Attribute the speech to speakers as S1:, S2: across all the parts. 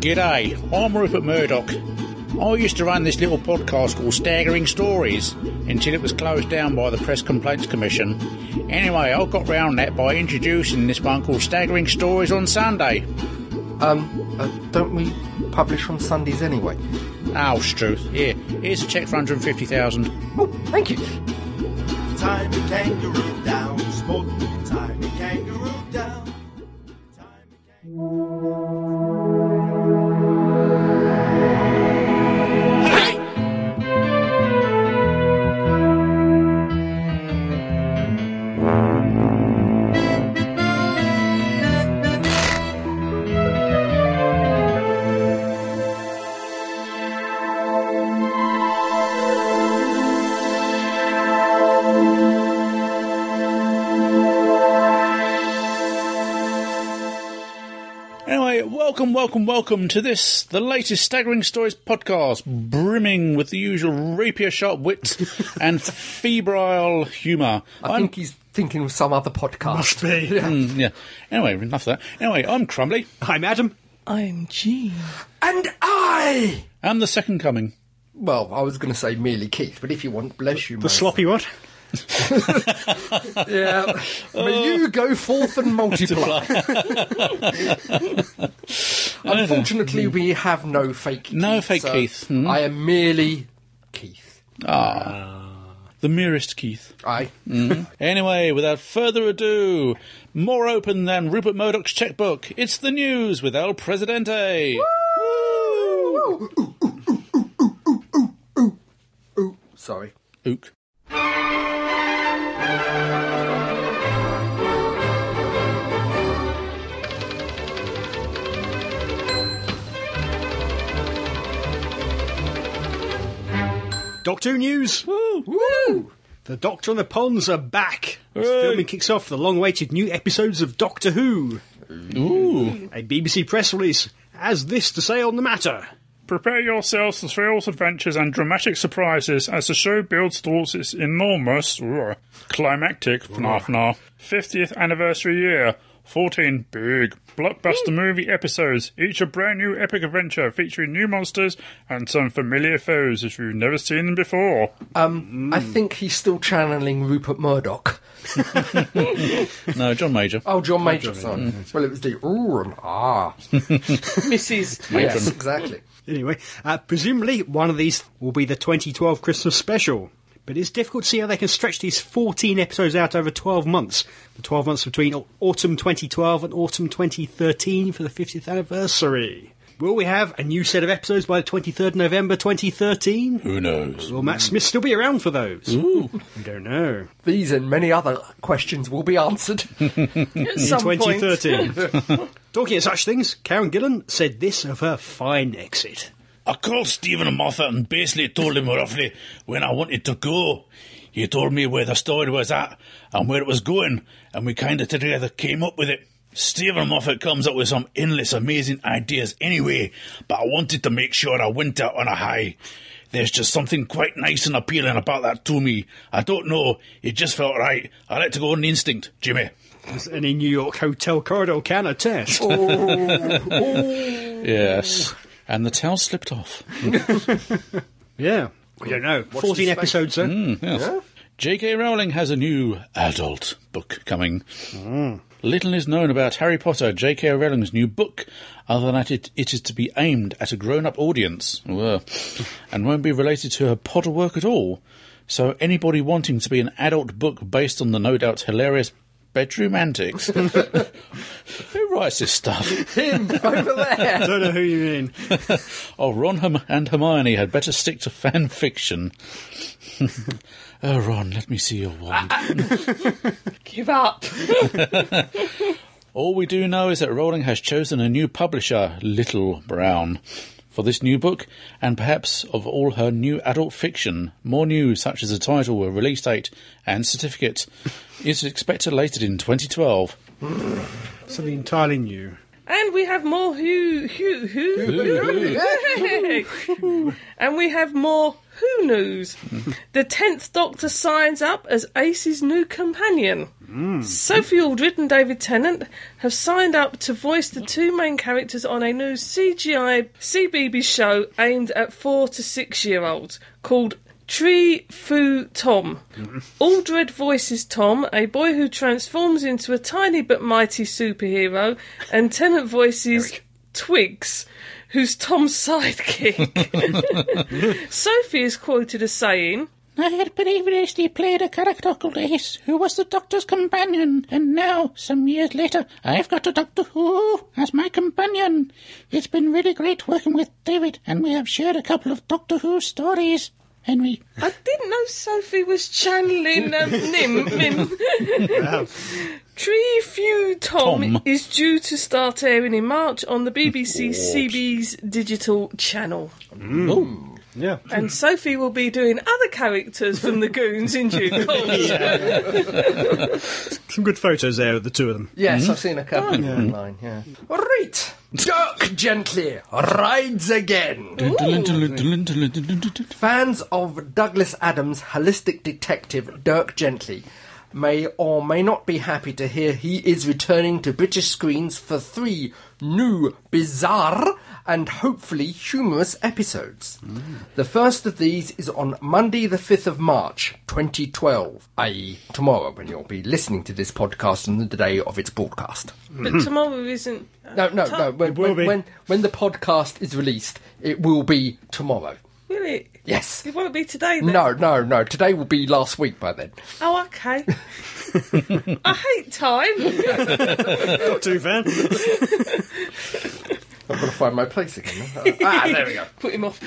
S1: G'day, I'm Rupert Murdoch. I used to run this little podcast called Staggering Stories until it was closed down by the Press Complaints Commission. Anyway, I got round that by introducing this one called Staggering Stories on Sunday.
S2: Um, uh, don't we publish on Sundays anyway?
S1: Oh, it's truth. Here, here's a check for 150,000.
S2: Oh, thank you.
S3: Tiny kangaroo down, smoke. Tiny kangaroo down. Tiny kangaroo.
S1: Anyway, welcome, welcome, welcome to this, the latest Staggering Stories podcast, brimming with the usual rapier sharp wit and febrile humour.
S2: I think he's thinking of some other podcast.
S4: Must be.
S1: Mm, yeah. Anyway, enough of that. Anyway, I'm Crumbly.
S4: Hi, madam.
S5: I'm Jean.
S2: And I!
S1: I'm the second coming.
S2: Well, I was going to say merely Keith, but if you want, bless you,
S4: The sloppy one.
S2: Yeah. May you go forth and multiply. Unfortunately, we have no fake Keith.
S1: No fake Keith. Mm.
S2: I am merely Keith.
S1: The merest Keith.
S2: I.
S1: Anyway, without further ado, more open than Rupert Murdoch's checkbook, it's the news with El Presidente.
S2: Sorry.
S1: Ook.
S4: Doctor Who news.
S2: Woo!
S4: The Doctor and the Ponds are back. As filming kicks off the long-awaited new episodes of Doctor Who.
S1: Ooh.
S4: A BBC press release has this to say on the matter.
S6: Prepare yourselves for thrills, adventures, and dramatic surprises as the show builds towards its enormous, uh, climactic FNAF now 50th anniversary year. 14 big blockbuster movie episodes, each a brand new epic adventure featuring new monsters and some familiar foes if you've never seen them before.
S2: Um, I
S5: Hmm.
S2: think he's still channeling Rupert Murdoch.
S1: No, John Major.
S2: Oh, John Major. sorry.
S5: Mm-hmm.
S2: Well, it was the ooh and ah.
S5: Mrs.
S2: yes, exactly.
S4: Anyway, uh, presumably one of these will be the 2012 Christmas special. But it's difficult to see how they can stretch these 14 episodes out over 12 months. The 12 months between au- autumn 2012 and autumn 2013 for the 50th anniversary. Will we have a new set of episodes by the 23rd November 2013?
S1: Who knows?
S4: Will
S2: Mm.
S4: Matt Smith still be around for those? I don't know.
S2: These and many other questions will be answered.
S5: At some point.
S4: 2013. Talking of such things, Karen Gillan said this of her fine exit.
S1: I called Stephen Moffat and basically told him roughly when I wanted to go. He told me where the story was at and where it was going, and we kind of together came up with it. Stephen Moffat comes up with some endless amazing ideas anyway, but I wanted to make sure I went out on a high. There's just something quite nice and appealing about that to me. I don't know, it just felt right. I like to go on the instinct, Jimmy.
S4: As any New York hotel corridor can attest.
S1: Yes. And the towel slipped off.
S4: Yeah. We don't know.
S2: Watch this
S4: 14
S2: space. Mm.
S4: episodes, though.
S1: J.K. Rowling has a new adult book coming. Little is known about Harry Potter, J.K. Rowling's new book, other than that it, it is to be aimed at a grown up audience, Ugh. and won't be related to her Potter work at all. So, anybody wanting to be an adult book based on the no doubt hilarious bedroom antics. Who writes this stuff?
S2: Him over there.
S4: Don't know who you mean.
S1: Oh, Ron Herm- and Hermione had better stick to fan fiction. oh, Ron, let me see your wand.
S5: Give up.
S1: All we do know is that Rowling has chosen a new publisher, Little Brown, for this new book, and perhaps of all her new adult fiction. More news, such as the title, a release date, and certificate, is expected later in 2012.
S4: Something entirely new.
S5: And we have more who who who, who. and we have more who news. the tenth Doctor signs up as Ace's new companion. Sophie Aldred and David Tennant have signed up to voice the two main characters on a new CGI CBB show aimed at four to six year olds called Tree Foo Tom. Aldred voices Tom, a boy who transforms into a tiny but mighty superhero, and Tennant voices Twigs, who's Tom's sidekick. Sophie is quoted as saying,
S7: I had previously played a character called Ace, who was the Doctor's companion, and now, some years later, I've got a Doctor Who as my companion. It's been really great working with David, and we have shared a couple of Doctor Who stories. Henry,
S5: I didn't know Sophie was channeling um, Nim. Mim. Tree Few Tom,
S1: Tom.
S5: is due to start airing in March on the BBC CB's digital channel.
S4: Yeah.
S5: And Sophie will be doing other characters from the Goons in due course.
S4: Some good photos there of the two of them.
S8: Yes, I've seen a
S5: Hmm.
S8: couple online. Yeah. Right, Dirk Gently rides again. Fans of Douglas Adams' holistic detective Dirk Gently may or may not be happy to hear he is returning to British screens for three new, bizarre, and hopefully humorous episodes. The first of these is on Monday, the 5th of March, 2012, i.e., tomorrow, when you'll be listening to this podcast on the day of its broadcast.
S5: but tomorrow isn't. uh,
S8: No, no,
S5: Tom-
S8: no. When,
S4: will
S8: when,
S4: be.
S8: when, when the podcast is released, it will be tomorrow.
S5: Will it?
S8: Yes.
S5: It won't be today then.
S8: No, no, no. Today will be last week by then.
S5: Oh, okay. I hate time.
S4: Not too bad.
S8: I've got to find my place again. ah, there we go.
S5: Put him off.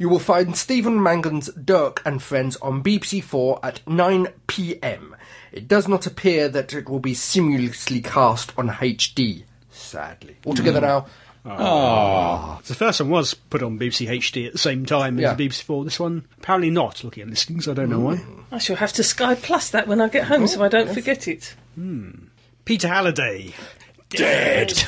S8: You will find Stephen Mangan's Dirk and Friends on BBC4 at 9 pm. It does not appear that it will be simultaneously cast on HD, sadly. Altogether now,
S4: The first one was put on BBC HD at the same time as
S8: Yeah.
S4: BBC Four. This one apparently not. Looking at listings, I don't know
S2: Mm.
S4: why.
S5: I shall have to Sky Plus that when I get home so I don't forget it.
S4: Peter Halliday. Dead.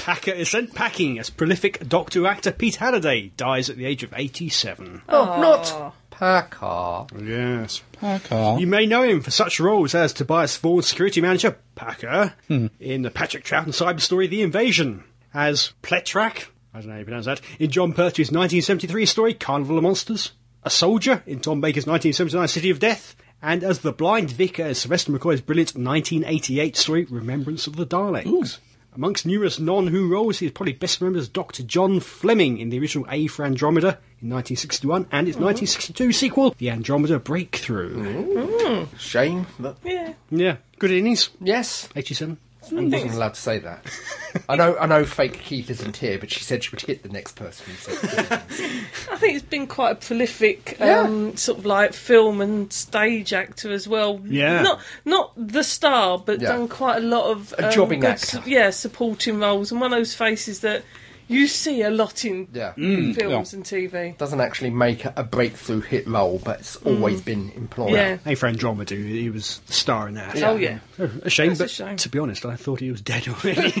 S4: Packer is sent packing as prolific Doctor actor Pete Halliday dies at the age of 87.
S8: oh, not Packer.
S4: Yes. Packer. You may know him for such roles as Tobias Ford's security manager, Packer, in the Patrick Troughton cyber story The Invasion, as Pletrak, I don't know how you pronounce that, in John Pertwee's 1973 story Carnival of Monsters, a soldier in Tom Baker's 1979 City of Death, and as the blind vicar in Sylvester McCoy's brilliant 1988 story Remembrance of the Daleks. Amongst numerous non-Who roles, he is probably best remembered as Dr. John Fleming in the original A for Andromeda in 1961 and its 1962 sequel, The Andromeda Breakthrough.
S8: Shame. That...
S5: Yeah.
S4: Yeah, good innings,
S8: Yes.
S4: 87.
S8: I wasn't allowed to say that. I know, I know. Fake Keith isn't here, but she said she would hit the next person. Who said
S5: I think it's been quite a prolific um, sort of like film and stage actor as well.
S4: Yeah.
S5: Not not the star, but
S8: Yeah.
S5: done quite a lot of
S8: A jobbing
S5: good
S8: actor.
S5: su- yeah, supporting roles and one of those faces that you see a lot in
S8: yeah,
S1: Mm.
S5: films and TV.
S8: doesn't actually make a breakthrough hit role, but it's always been employed.
S5: Yeah.
S4: A for Andromeda, he was the star in that.
S5: Oh yeah.
S4: A shame,
S5: That's a
S4: but
S5: shame.
S4: to be honest, I thought he was dead already.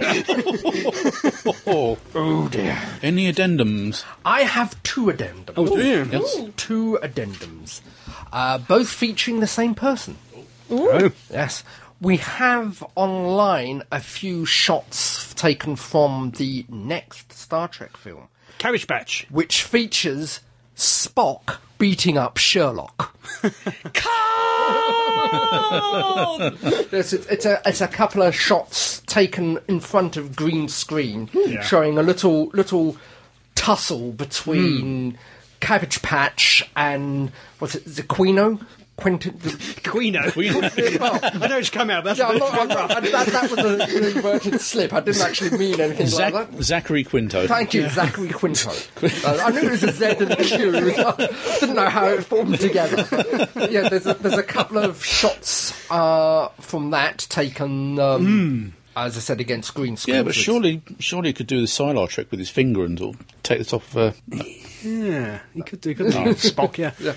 S8: Oh dear.
S1: Any addendums?
S8: I have two addendums.
S4: oh, dear.
S1: Yes.
S8: Two addendums, uh, both featuring the same person.
S4: Oh.
S8: Yes. We have online a few shots taken from the next Star Trek film,
S4: Carriage Patch.
S8: which features Spock beating up Sherlock.
S5: Carl!
S8: Yes, it's, it's a it's a couple of shots taken in front of green screen, showing a little little tussle between Cabbage Patch and what's it, Zaquino? Quentin.
S4: Quino.
S8: well,
S4: I know it's come out, but that's
S8: yeah, I'm not, I'm not, I- that, that was a- an inverted slip. I didn't actually mean anything
S1: Zac-
S8: like that.
S1: Zachary Quinto.
S8: Thank you, Zachary Quinto. Uh, I knew it was a Z and a Q. I didn't know how it formed together. yeah, there's a, there's a couple of shots uh, from that taken, um, as I said, against green screen.
S1: Hmm. Yeah, but surely, surely he could do the Sylar trick with his finger and all, take the top of uh, a.
S4: Yeah, he could do, couldn't he? Oh, Spock, yeah.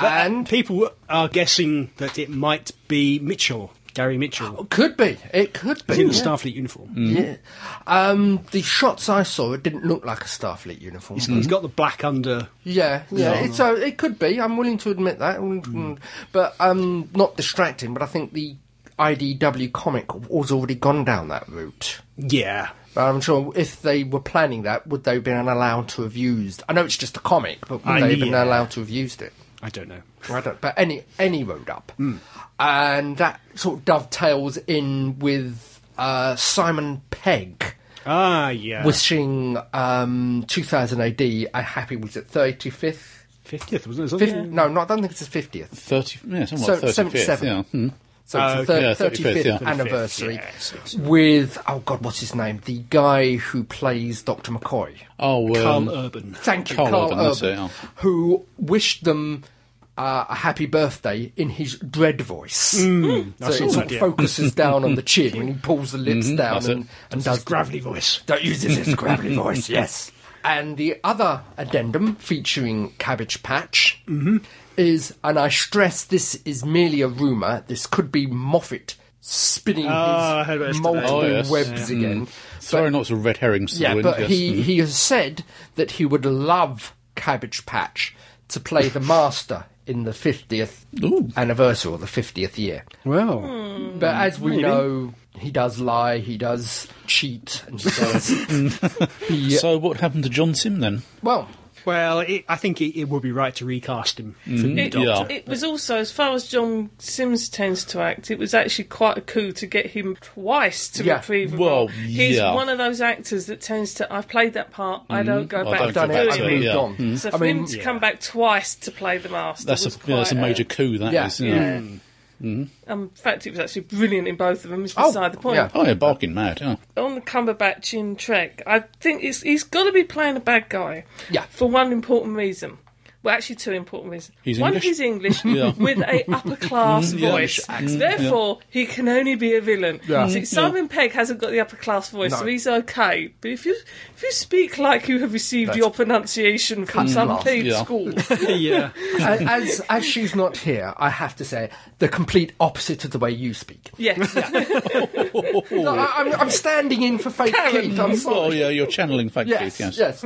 S8: And
S4: People are guessing that it might be Mitchell, Gary Mitchell.
S8: could be. It could be.
S4: He's in the
S8: yeah.
S4: Starfleet uniform.
S8: Yeah. Um, the shots I saw, it didn't look like a Starfleet uniform.
S4: He's got the black under.
S8: Yeah, yeah. It's, so
S1: Hmm.
S8: it could be. I'm willing to admit that. I'm willing to- But um, not distracting. But I think the IDW comic was already gone down that route.
S4: Yeah.
S8: But I'm sure if they were planning that, would they have been allowed to have used? I know it's just a comic, but would
S4: Uh,
S8: they have been
S4: yeah.
S8: allowed to have used it?
S4: I don't know.
S8: I don't, but any any road up, and that sort of dovetails in with uh, Simon Pegg
S4: Ah, yeah.
S8: wishing um, 2000 AD a happy was it 35th?
S4: 50th, wasn't it?
S8: Fifth,
S4: Something?
S8: No, not, I don't think it's the 50th.
S1: 30, yeah, something
S8: So,
S1: like 35th.
S8: 77.
S1: Yeah. Hmm.
S8: So it's
S4: Oh,
S8: the thir-
S1: yeah,
S8: 35th,
S1: 35th, yeah.
S8: anniversary
S4: Yes, yes.
S8: with oh god, what's his name? The guy who plays Doctor McCoy.
S1: Oh, um,
S8: uh,
S4: Carl Urban.
S8: Thank you,
S1: Carl
S8: Carl,
S1: Urban,
S8: Urban,
S1: that's it, yeah.
S8: who wished them uh, a happy birthday in his dread voice. so
S4: saw
S8: it sort
S4: that,
S8: of
S4: yeah.
S8: focuses down on the chin when he pulls the lips down
S1: Mm-hmm, that's
S8: and,
S1: it.
S8: and does
S4: Gravelly voice.
S8: Don't use it as a gravelly voice, yes. And the other addendum featuring Cabbage Patch is, and I stress this is merely a rumour, this could be Moffat spinning
S4: Ah, I heard about
S8: his
S4: this
S8: multiple
S1: today. Oh, yes.
S8: webs again.
S1: Sorry, not some red herrings. to the
S8: Yeah,
S1: wind,
S8: but
S1: yes. Mm-hmm.
S8: he, he has said that he would love Cabbage Patch to play the master in the 50th
S1: Ooh.
S8: anniversary or the 50th year.
S4: Well,
S8: But
S1: Mm,
S8: as we know, he does lie, he does cheat, and he
S1: Mm.
S8: does. he,
S1: So what happened to John Sim then?
S8: well,
S4: well, it, I think it, it would be right to recast him. for the
S5: It,
S1: Mm-hmm. Yeah.
S5: it was also, as far as John Sims tends to act, it was actually quite a coup to get him twice to
S8: Yeah.
S5: retrieve a
S1: Well,
S5: role. He's
S1: yeah. Mm.
S5: one of those actors that tends to. I've played that part. I don't go
S1: I
S5: back
S1: don't
S5: to
S1: go
S8: done
S1: back
S8: it,
S5: doing
S1: to
S8: I've
S1: it,
S8: moved
S1: yeah. Mm.
S8: on.
S5: So
S8: I
S5: for him
S8: mean,
S5: to come back twice to play the master
S1: That's
S5: was
S1: a yeah, that's a
S5: quite
S1: major coup. That is.
S8: yeah.
S1: you know.
S4: Mm.
S5: Yeah. Um, in fact, it was actually brilliant in both of them. It's
S8: Oh,
S5: beside the point.
S8: yeah.
S1: Oh yeah, barking mad. Yeah.
S5: On Cumberbatch in Trek, I think it's, he's got to be playing a bad guy.
S8: Yeah.
S5: For one important reason. Well, actually, two important reasons.
S1: He's
S5: one,
S1: English. Mm.
S5: he's English with a upper class
S1: yeah.
S5: voice.
S1: English accent. Mm.
S5: Therefore, he can only be a villain.
S8: Yeah.
S5: See, Simon Pegg hasn't got the upper class voice, so
S8: No.
S5: he's okay. But if you if you speak like you have received your pronunciation from some
S8: class.
S5: paid
S1: Yeah.
S5: school,
S4: yeah.
S8: a- as as she's not here, I have to say the complete opposite of the way you speak.
S5: yes,
S8: No, I, am
S1: uh,
S8: I'm standing in for fake Keith. I'm sorry.
S1: Oh yeah, you're channeling fake
S8: yes,
S1: Keith. Yes.
S8: yes.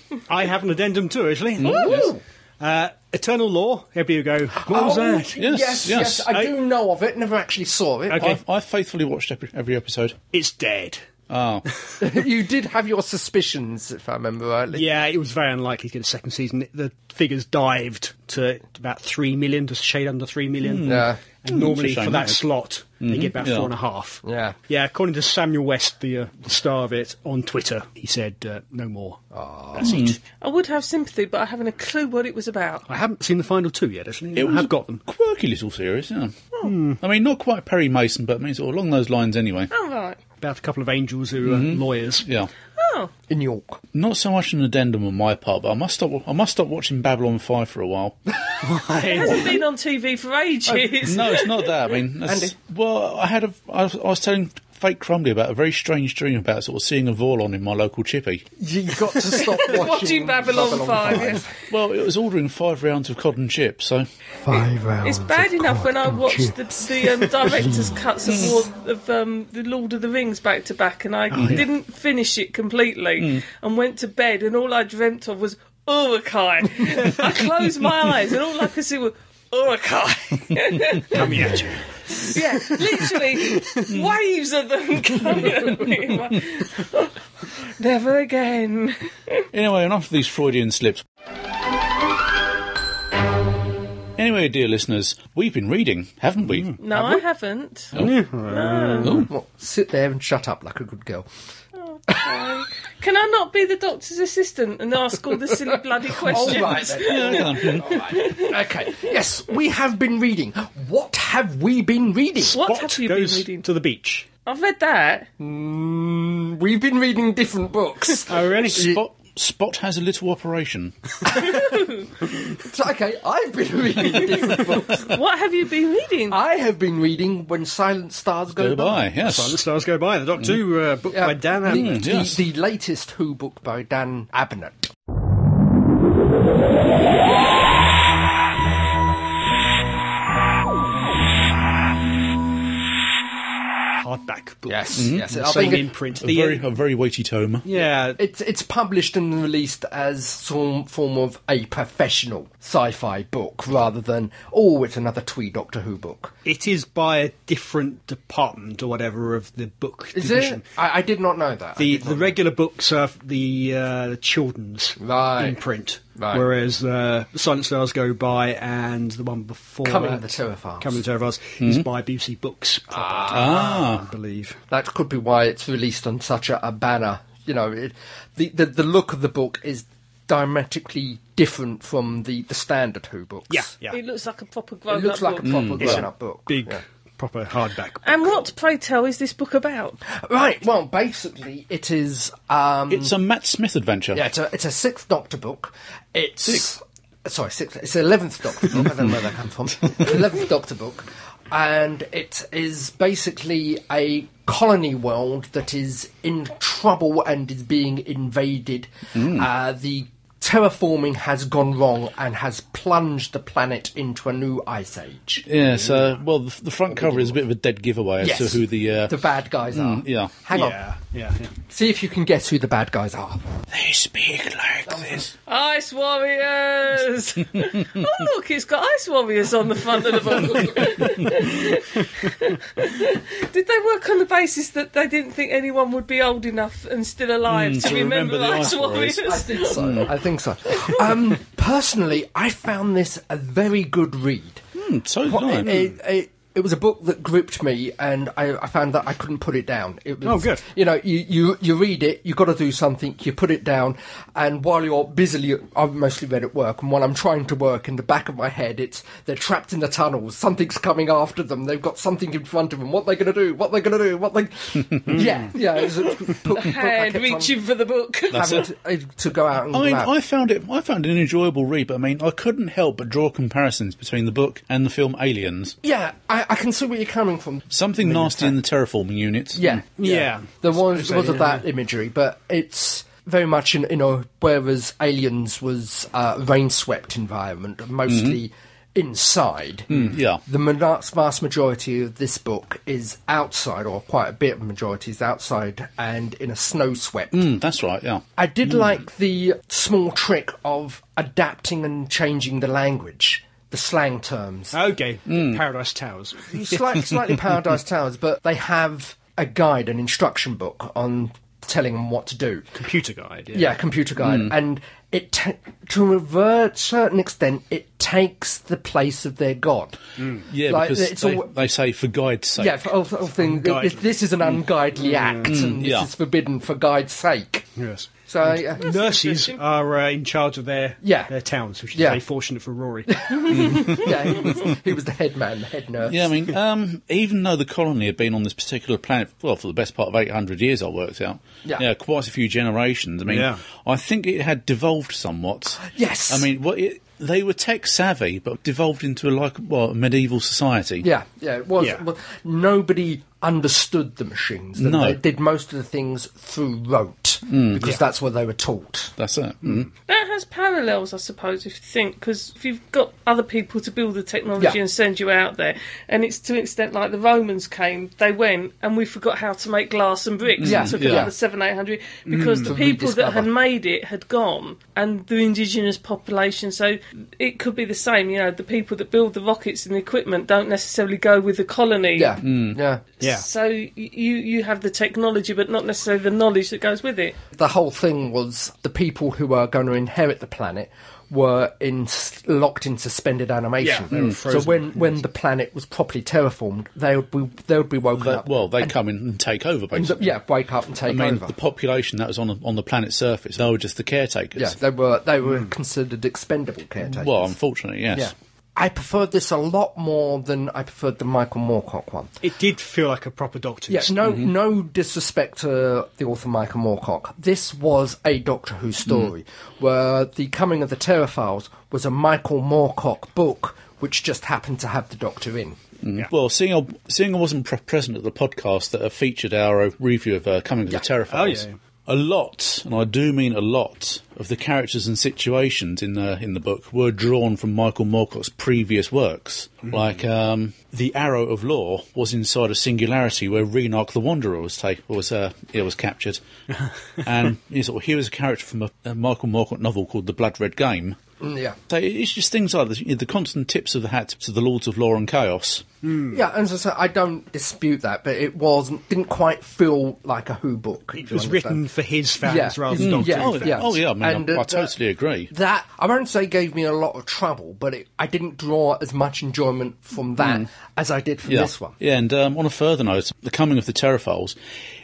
S5: yes.
S4: I have an addendum too, actually.
S1: Mm-hmm.
S4: Uh, Eternal Law. Everybody will go, what was
S1: Yes,
S4: that?
S8: Oh, Yes, yes,
S1: yes.
S8: I, do know of it. Never actually saw it.
S4: Okay.
S1: I, I faithfully watched every, every episode.
S4: It's dead.
S1: Oh,
S8: you did have your suspicions, if I remember rightly.
S4: Yeah, it was very unlikely to get a second season. The figures dived to about three million, just a shade under three million.
S1: Hmm.
S8: Yeah.
S4: And normally
S1: shame,
S4: for that
S1: isn't it? Mm-hmm.
S4: slot, they get about
S1: Yeah.
S4: four and a half.
S8: Yeah.
S4: Yeah, according to Samuel West, the, uh, the star of it, on Twitter, he said, uh, no more. That's
S1: Hmm.
S4: it.
S5: I would have sympathy, but I haven't a clue what it was about.
S4: I haven't seen the final two yet, actually.
S1: it
S4: I
S1: was
S4: have
S1: a
S4: got them.
S1: Quirky little series. Yeah. I mean, not quite Perry Mason, but I mean, sort of along those lines anyway.
S5: All right.
S4: About a couple of angels who are
S8: Mm-hmm.
S4: lawyers.
S1: Yeah.
S5: Oh,
S8: In York.
S1: Not so much an addendum on my part, but I must stop. I must stop watching Babylon Five for a while.
S5: hasn't been on TV for ages.
S1: No, it's not that. I mean, that's-
S8: Andy?
S1: well, I had a. I was, I was telling Fake Crumbly about a very strange dream about sort of seeing a Vorlon in my local chippy.
S8: You got to stop watching,
S5: Watching Babylon, 5. yes.
S1: Well, it was ordering five rounds of cod and chips, so
S8: Five rounds.
S5: It's bad enough when I watched the, the um, director's cuts of, War, of um, the Lord of the Rings back to back, and
S8: Oh,
S5: I didn't finish it completely,
S8: Mm.
S5: and went to bed, and all I dreamt of was Urukai. I closed my eyes, and all I could see was Urukai.
S4: Coming at you.
S5: yeah, literally waves of them coming at me. Never again.
S1: Anyway, enough of these Freudian slips. Anyway, dear listeners, we've been reading, haven't we?
S5: No, I haven't.
S8: Well, sit there and shut up like a good girl.
S5: Can I not be the doctor's assistant and ask all the silly bloody questions?
S8: All right, then. okay. Yes, we have been reading. What have we been reading?
S5: What
S4: Bot
S5: have you been
S4: goes
S5: reading?
S4: to the beach.
S5: I've read that.
S8: Mm, we've been reading different books.
S4: Oh, really?
S1: Spot, Spot has a little operation.
S8: So, okay, I've been reading different books.
S5: What have you been reading?
S8: I have been reading When Silent Stars Go, By.
S1: Goodbye,
S4: Silent
S1: yes.
S4: Stars Go By, the Doctor Who uh, book
S8: Yeah. Mm.
S4: by Dan
S8: the,
S4: Abnett.
S8: the-
S1: yes.
S8: the latest Who book by Dan Abnett.
S4: Hardback. paperback book.
S8: Yes, yes. Mm-hmm. I
S4: Same
S8: think it-
S4: imprint.
S1: A
S4: The,
S1: very, a very weighty tome.
S4: yeah,
S8: it's it's published and released as some form of a professional sci-fi book rather than oh, it's another twee Doctor Who book.
S4: it is by a different department or whatever of the book
S8: Is
S4: division.
S8: it? I, I did not know that. I
S4: The
S8: did
S4: the
S8: not-
S4: regular books are the uh, the children's
S8: Right.
S4: imprint,
S8: Right.
S4: whereas uh, Silent Stars Go By and the one before
S8: Coming
S4: that,
S8: the Terror Files. Hmm.
S4: Coming the Terror Files, is by BBC Books,
S1: Ah.
S4: I believe.
S8: that could be why it's released on such a, a banner. You know, it, the, the the look of the book is diametrically different from the the standard Who books.
S4: Yeah, yeah.
S5: It looks like a proper
S8: It
S5: grown-up
S8: looks like a
S5: book.
S8: proper
S4: Mm. It's a
S8: grown-up book.
S4: Big,
S8: yeah.
S4: proper hardback.
S5: And what, pray tell, is this book about?
S8: Right. Well, basically, it is. Um,
S1: It's a Matt Smith adventure.
S8: Yeah, it's a, it's a sixth Doctor book. It's sorry, sixth. It's the eleventh Doctor book. I don't know where that comes from. Eleventh Doctor book, and it is basically a colony world that is in trouble and is being invaded.
S1: Mm.
S8: Uh, the terraforming has gone wrong and has plunged the planet into a new ice age.
S1: Yes, uh, well, the, the front cover is a bit of a dead giveaway as
S8: Yes.
S1: to who the. Uh,
S8: The bad guys are.
S1: yeah.
S8: Hang on.
S4: Yeah, yeah, yeah.
S8: See if you can guess who the bad guys are.
S1: They speak like this.
S5: Ice Warriors! oh, look, it's got Ice Warriors on the front of the book. Did they work on the basis that they didn't think anyone would be old enough and still alive Hmm, to,
S1: to
S5: remember, the Ice Warriors?
S8: I think so. I think so. Um, personally, I found this a very good read.
S1: Hmm, so did
S8: What-
S1: I.
S8: it, it, it- it was a book that gripped me, and I, I found that I couldn't put it down. It was,
S4: Oh, good.
S8: You know, you, you, you read it, you've got to do something, you put it down, and while you're busily, I've mostly read at work, and while I'm trying to work, in the back of my head, it's they're trapped in the tunnels, something's coming after them, they've got something in front of them, what are they going to do? What are they going to do? What they? yeah, yeah. It was a, put, book I
S5: Hand
S8: kept on
S5: reaching for the book.
S8: having to, eh, to go out and
S1: I,
S8: grab.
S1: I found it. I found it an enjoyable read, but I mean, I couldn't help but draw comparisons between the book and the film Aliens.
S8: Yeah, I, I can see where you're coming from.
S1: Something nasty in the terraforming units.
S8: Yeah,
S4: Yeah.
S8: There was
S4: So,
S8: was of
S4: yeah.
S8: that imagery, but it's very much in you know whereas Aliens was uh, rain swept environment, mostly
S1: Mm-hmm.
S8: inside.
S1: Hmm. yeah.
S8: The mon- vast majority of this book is outside, or quite a bit of majority is outside and in a snow swept
S1: Mm, that's right. Yeah.
S8: I did like the small trick of adapting and changing the language, the slang terms.
S4: Okay,
S8: Hmm.
S4: Paradise Towers.
S8: Slight, slightly Paradise Towers, but they have a guide, an instruction book on telling them what to do.
S4: Computer guide, yeah.
S8: Yeah, computer guide. And it ta to a ver- certain extent, it takes the place of their god.
S1: Yeah,
S8: Like,
S1: because
S8: it's
S1: they,
S8: all-
S1: they say for guide's sake.
S8: Yeah, for all, all thing,
S4: Unguided.
S8: this, this is an unguidely act, and
S1: Mm. yeah.
S8: this is forbidden for guide's sake.
S4: Yes.
S8: So, uh,
S4: Nurses are uh, in charge of their
S8: Yeah.
S4: their towns, which is
S8: Yeah.
S4: very fortunate for Rory.
S8: yeah, he was, he was the head man, the head nurse.
S1: Yeah, I mean, um, even though the colony had been on this particular planet, well, for the best part of 800 years, I worked out.
S8: Yeah.
S1: quite a few generations. I mean,
S4: Yeah.
S1: I think it had devolved somewhat.
S8: Yes.
S1: I mean, what it, they were tech savvy, but devolved into a like well, medieval society.
S8: Yeah, yeah, it was.
S4: Yeah.
S8: well, nobody understood the machines.
S1: No. Mm.
S8: They did most of the things through rote because that's what they were taught.
S1: That's it. Mm.
S5: That has parallels, I suppose, if you think, because if you've got other people to build the technology
S8: Yeah.
S5: and send you out there, and it's to an extent like the Romans came, they went and we forgot how to make glass and bricks.
S8: Mm. Yeah,
S5: It took
S8: yeah. Mm.
S5: about the seven, eight hundred because the
S8: To
S5: people that had
S8: rediscover.
S5: made it had gone, and the indigenous population. So it could be the same. You know, the people that build the rockets and the equipment don't necessarily go with the colony.
S1: Mm.
S8: Yeah, yeah.
S4: yeah.
S5: So y- you you have the technology, but not necessarily the knowledge that goes with it.
S8: The whole thing was the people who were going to inherit the planet were in locked in suspended animation.
S4: Yeah, they
S1: Mm.
S4: were
S8: so
S4: frozen.
S8: when when the planet was properly terraformed, they would be they would be woken
S1: But,
S8: up.
S1: well, they
S8: and-
S1: come in and take over, basically.
S8: yeah, wake up and
S1: I
S8: take
S1: mean,
S8: over.
S1: the population that was on on the planet's surface, they were just the caretakers.
S8: yeah, they were they were considered expendable caretakers.
S1: Mm. well, unfortunately, yes.
S8: yeah. I preferred this a lot more than I preferred the Michael Moorcock one.
S4: It did feel like a proper doctor's.
S8: Yeah, no, no disrespect to the author Michael Moorcock. This was a Doctor Who story where the coming of the Terror Files was a Michael Moorcock book, which just happened to have the Doctor in.
S1: Well, seeing I, seeing I wasn't pre- present at the podcast that uh, featured our uh, review of uh, Coming to the Terrifiers,
S4: Oh, yeah.
S1: A lot, and I do mean a lot, of the characters and situations in the in the book were drawn from Michael Moorcock's previous works.
S4: Mm.
S1: Like um, the Arrow of Law was inside a singularity where Renark the Wanderer was ta- was uh, it was captured, and you know, sort of, here was a character from a, a Michael Moorcock novel called The Blood Red Game.
S8: Mm, yeah.
S1: So it's just things like this, you know, the constant tips of the hat to the Lords of Law and Chaos.
S8: Yeah, and so, so I don't dispute that, but it was didn't quite feel like a Who book.
S4: It was written for his fans rather than Doctor
S8: yeah,
S4: Who
S1: Oh,
S4: fans.
S1: yeah. Oh, I mean, I-
S8: And, uh,
S1: I totally agree.
S8: That I won't say gave me a lot of trouble, but it, I didn't draw as much enjoyment from that as I did from
S1: yeah.
S8: this one.
S1: Yeah, and um, on a further note, the coming of the Terrafoals,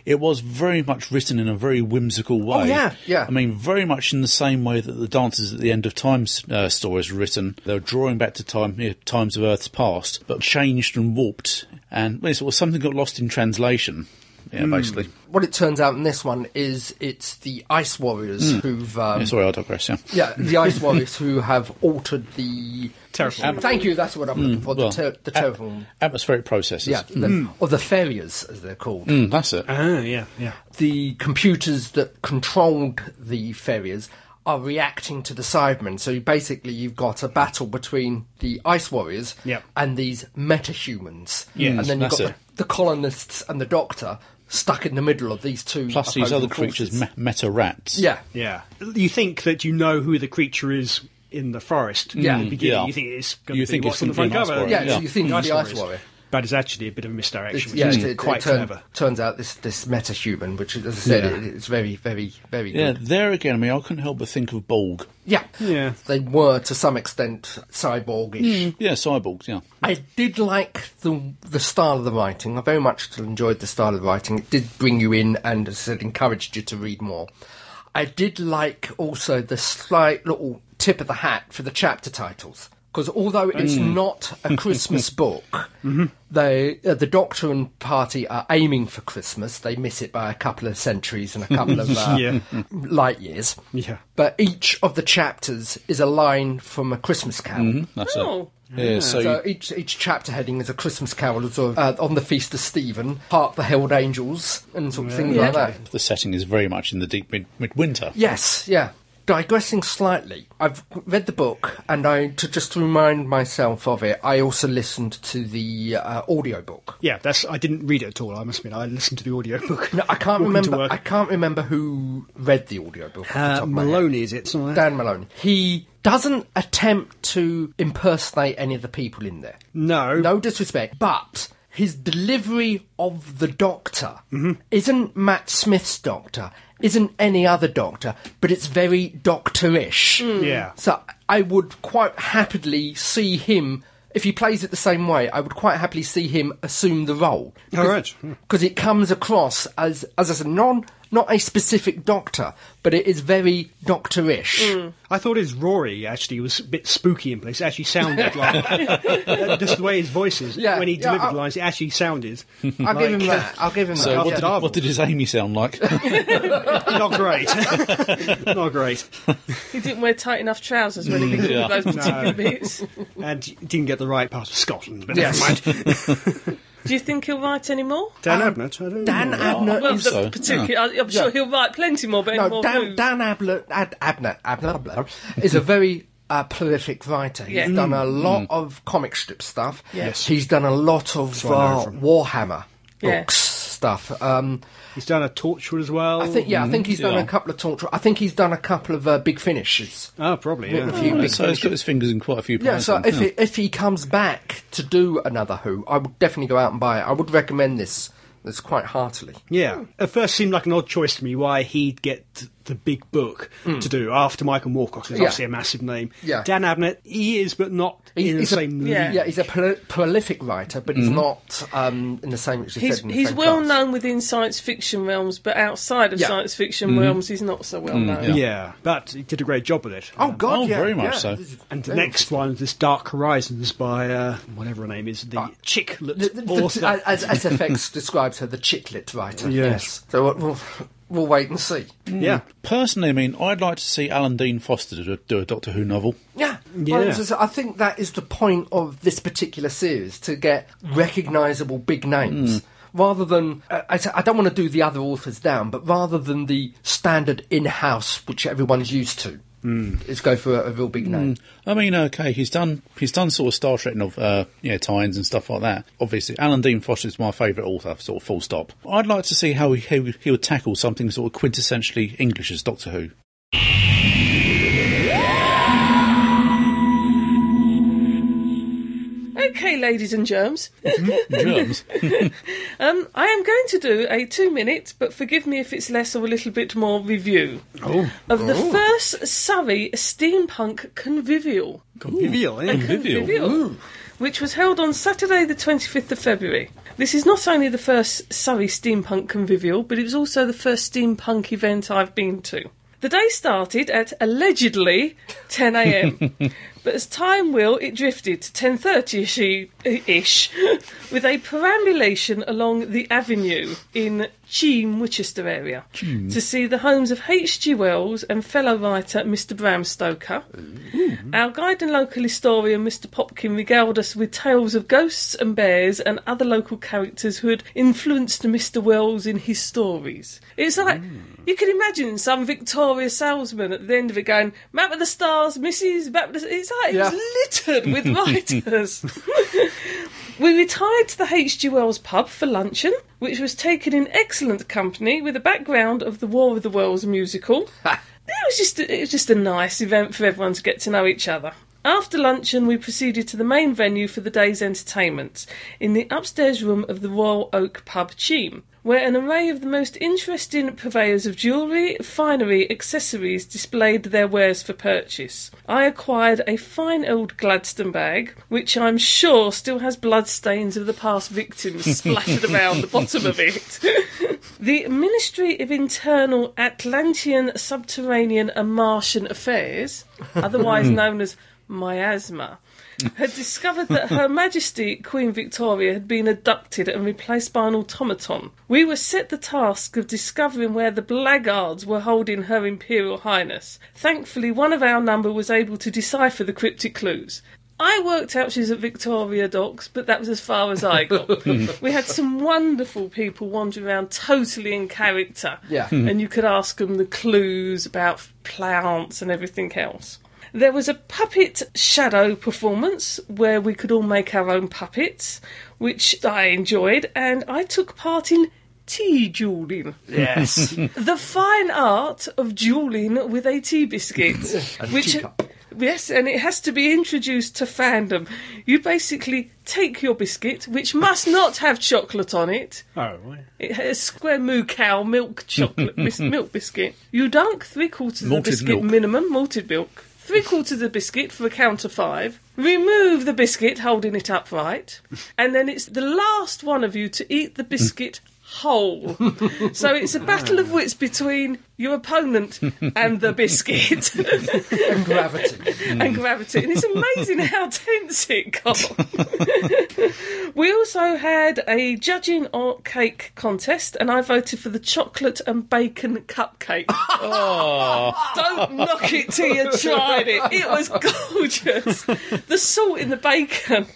S1: it was very much written in a very whimsical way.
S8: Oh, yeah, yeah.
S1: I mean, very much in the same way that the Dances at the End of Time uh, stories were written. They were drawing back to time, yeah, times of Earth's past, but changed and warped, and well, sort of something got lost in translation. Yeah,
S8: Hmm.
S1: basically.
S8: What it turns out in this one is it's the Ice Warriors
S1: Hmm.
S8: who've um,
S1: Yeah, sorry, I digress. Yeah.
S8: Yeah, the Ice Warriors who have altered the
S4: Terraform.
S8: Thank you. That's what I'm looking for. The,
S1: Hmm. Well, uh,
S8: ter- the
S1: a-
S8: terraform.
S1: atmospheric processes.
S8: Yeah, the, or the farriers as they're called.
S1: Mm, that's it.
S4: Ah, yeah, yeah.
S8: The computers that controlled the farriers are reacting to the Cybermen. So basically, you've got a battle between the Ice Warriors
S4: Yeah.
S8: and these metahumans.
S4: Yes,
S8: and then you've
S1: that's
S8: got the,
S1: it.
S8: the colonists and the Doctor stuck in the middle of these two.
S1: Plus these
S8: opposing
S1: other creatures,
S8: forces.
S1: me- meta rats.
S8: yeah,
S4: Yeah. You think that you know who the creature is in the forest.
S8: Yeah.
S4: At the beginning,
S1: Yeah.
S4: You think it's going
S1: You
S4: to be
S1: think it's
S4: what's on the
S1: gonna
S4: front
S1: be an ice
S4: cover.
S1: warrior.
S8: yeah. So you think it's the Ice
S4: Warriors.
S8: Warrior.
S4: But it's actually a bit of a misdirection, which
S8: yeah,
S4: is
S8: it- um, it
S4: quite
S8: turn-
S4: clever.
S8: turns out this this metahuman, which as I said, it, it's very, very, very
S1: Yeah,
S8: good.
S1: there again, I mean, I couldn't help but think of Borg.
S8: Yeah,
S4: Yeah.
S8: They were to some extent cyborgish.
S1: Yeah, cyborgs, yeah.
S8: I did like the the style of the writing. I very much still enjoyed the style of the writing. It did bring you in and, as I said, encouraged you to read more. I did like also the slight little tip of the hat for the chapter titles. Because although it's
S4: Mm.
S8: not a Christmas book,
S4: Mm-hmm.
S8: they, uh, the Doctor and party are aiming for Christmas. They miss it by a couple of centuries and a couple of uh,
S4: Yeah.
S8: light years.
S4: Yeah.
S8: But each of the chapters is a line from a Christmas carol.
S4: Mm-hmm.
S1: That's
S5: Oh.
S1: it. Yeah, so,
S8: So each each chapter heading is a Christmas carol, sort of, uh, on the feast of Stephen, hark the herald angels, and sort of things like that.
S1: the setting is very much in the deep mid- midwinter.
S8: Yes, yeah. Digressing slightly, I've read the book, and I to just to remind myself of it, I also listened to the uh, audio book.
S4: Yeah, that's. I didn't read it at all. I must admit, I listened to the audiobook.
S8: No, I can't
S4: Walking to
S8: remember.
S4: work.
S8: I can't remember who read the audio book.
S4: Uh, Maloney, is it? Something like that?
S8: Dan Malone. He doesn't attempt to impersonate any of the people in there.
S4: No.
S8: No disrespect, but his delivery of the doctor
S4: Mm-hmm.
S8: isn't Matt Smith's doctor, isn't any other doctor, but it's very doctorish.
S4: Yeah.
S8: So I would quite happily see him. If he plays it the same way, I would quite happily see him assume the role.
S4: All Oh, right. Hmm.
S8: Because it comes across as, as I said, non, not a specific doctor, but it is very doctorish.
S4: I thought his Rory actually was a bit spooky in place. It actually sounded like uh, just the way his voice is
S8: Yeah,
S4: when he
S8: yeah,
S4: delivered
S8: I'll-
S4: lines. It actually sounded
S8: I'll give him
S4: like,
S8: that. I'll give him
S1: So
S8: that.
S1: what,
S8: yeah.
S1: did, what did his Amy sound like?
S4: not great, not great,
S5: He didn't wear tight enough trousers when
S8: Mm.
S5: he did
S1: Yeah.
S5: those particular bits.
S4: and he didn't get the right part of Scotland. But
S8: Yes.
S4: never mind.
S5: Do you think he'll write any more?
S4: Um, Dan Abnett, I don't
S8: Dan
S4: know.
S8: Abnett
S5: Well,
S8: is
S5: the
S1: so,
S5: particular, I- I'm sure
S8: Yeah.
S5: he'll write plenty more, but any
S8: No,
S5: more
S8: Dan,
S5: moves?
S8: Dan Abler, Ad, Abner, Abner, Abner is a very uh, prolific writer. He's
S5: Yeah.
S8: done a lot of comic strip stuff.
S4: Yes.
S8: He's done a lot of
S4: what I know
S8: uh,
S4: from-
S8: Warhammer
S5: Yeah.
S8: books stuff. Um,
S4: He's done a Torchwood as well.
S8: I think, yeah, I think he's done
S1: Yeah.
S8: a couple of torture. I think he's done a couple of uh, big finishes.
S4: Oh, probably. Yeah.
S8: With a few big
S1: so he's got his fingers in quite a few
S8: Yeah,
S1: places.
S8: so if, He, if he comes back to do another Who, I would definitely go out and buy it. I would recommend this. This quite heartily.
S4: Yeah. At first seemed like an odd choice to me why he'd get the big book to do after Michael Moorcock, who's
S8: Mm. Yeah.
S4: obviously a massive name.
S8: Yeah.
S4: Dan Abnett, he is, but not in the
S8: he's a-
S4: same league.
S5: yeah.
S8: Yeah, he's a pro- prolific writer, but he's not um, in the same. as you
S5: He's,
S8: said, in the
S5: he's
S8: same
S5: well
S8: class.
S5: known within science fiction realms, but outside of
S8: Yeah. Mm-hmm. Mm,
S5: science fiction realms, he's not so well known.
S4: Yeah. but he did a great job with it. Um,
S8: Oh God!
S1: Oh,
S8: yeah,
S1: very much
S8: yeah.
S1: so.
S8: This is-
S4: and the next one is this Dark Horizons by uh, whatever her name is, the chicklet
S8: Ah. The- the- the-
S4: author.
S8: as SFX describes her, the chitlet writer.
S4: Yes.
S8: So we'll, we'll, we'll wait and see.
S4: yeah,
S1: Personally, I mean, I'd like to see Alan Dean Foster do a, do a Doctor Who novel.
S8: Yeah.
S4: Yeah.
S8: Well, so- so I think
S1: Hmm.
S8: that is the point of this particular series to get recognisable big names. rather than uh, I, I s- I don't want to do the other authors down, but rather than the standard in-house which everyone's used to,
S4: Hmm.
S8: mm. is go for a, a real big name.
S1: I mean, okay, he's done he's done sort of Star Trek of uh, yeah tie-ins and stuff like that. Obviously, Alan Dean Foster is my favourite author, sort of full stop. I'd like to see how he, how he would tackle something sort of quintessentially English as Doctor Who.
S5: Okay, ladies and germs,
S1: Germs.
S5: um, I am going to do a two minute, but forgive me if it's less or a little bit more review
S8: Oh.
S5: of the first Surrey steampunk convivial.
S4: Convivial, eh?
S1: Convivial.
S5: Reveal, which was held on Saturday, the 25th of February. This is not only the first Surrey steampunk convivial, but it was also the first steampunk event I've been to. The day started at allegedly 10 a.m., but as time will, it drifted to 10:30 ish, with a perambulation along the avenue in Cheam, Winchester area, to see the homes of H.G. Wells and fellow writer Mr. Bram Stoker. Our guide and local historian, Mr. Popkin, regaled us with tales of ghosts and bears and other local characters who had influenced Mr. Wells in his stories. It's like you can imagine some Victoria salesman at the end of it going, "Map of the stars, Mrs. Map of the." It's like
S8: Yeah.
S5: it was littered with writers. We retired to the H.G. Wells pub for luncheon, which was taken in excellent company with a background of the War of the Worlds musical. it was just it was just a nice event for everyone to get to know each other. After luncheon, we proceeded to the main venue for the day's entertainment in the upstairs room of the Royal Oak Pub, Cheam, where an array of the most interesting purveyors of jewellery, finery, accessories displayed their wares for purchase. I acquired a fine old Gladstone bag, which I'm sure still has bloodstains of the past victims splattered around the bottom of it. the Ministry of Internal Atlantean, Subterranean and Martian Affairs, otherwise known as miasma had discovered that Her Majesty Queen Victoria had been abducted and replaced by an automaton. We were set the task of discovering where the blackguards were holding Her Imperial Highness. Thankfully, one of our number was able to decipher the cryptic clues. I worked out she's at Victoria Docks, but that was as far as I got. we had some wonderful people wandering around totally in character.
S8: Yeah.
S5: And you could ask them the clues about plants and everything else. There was a puppet shadow performance where we could all make our own puppets, which I enjoyed, and I took part in tea dueling.
S4: Yes.
S5: The fine art of dueling with a tea biscuit. which
S8: teacup.
S5: Yes, and it has to be introduced to fandom. You basically take your biscuit, which must not have chocolate on it,
S4: oh,
S5: it has square moo cow milk chocolate bis- milk biscuit. You dunk three quarters of the
S1: Malted
S5: biscuit
S1: milk.
S5: minimum, malted milk. Three quarters of the biscuit for a count of five. Remove the biscuit, holding it upright, and then it's the last one of you to eat the biscuit whole. so it's a battle of wits between your opponent and the biscuit
S1: Hmm.
S8: And gravity.
S5: and gravity. And it's amazing how tense it got. we also had a judging or cake contest, and I voted for the chocolate and bacon cupcake. Don't knock it till you tried it. It was gorgeous. The salt in the bacon.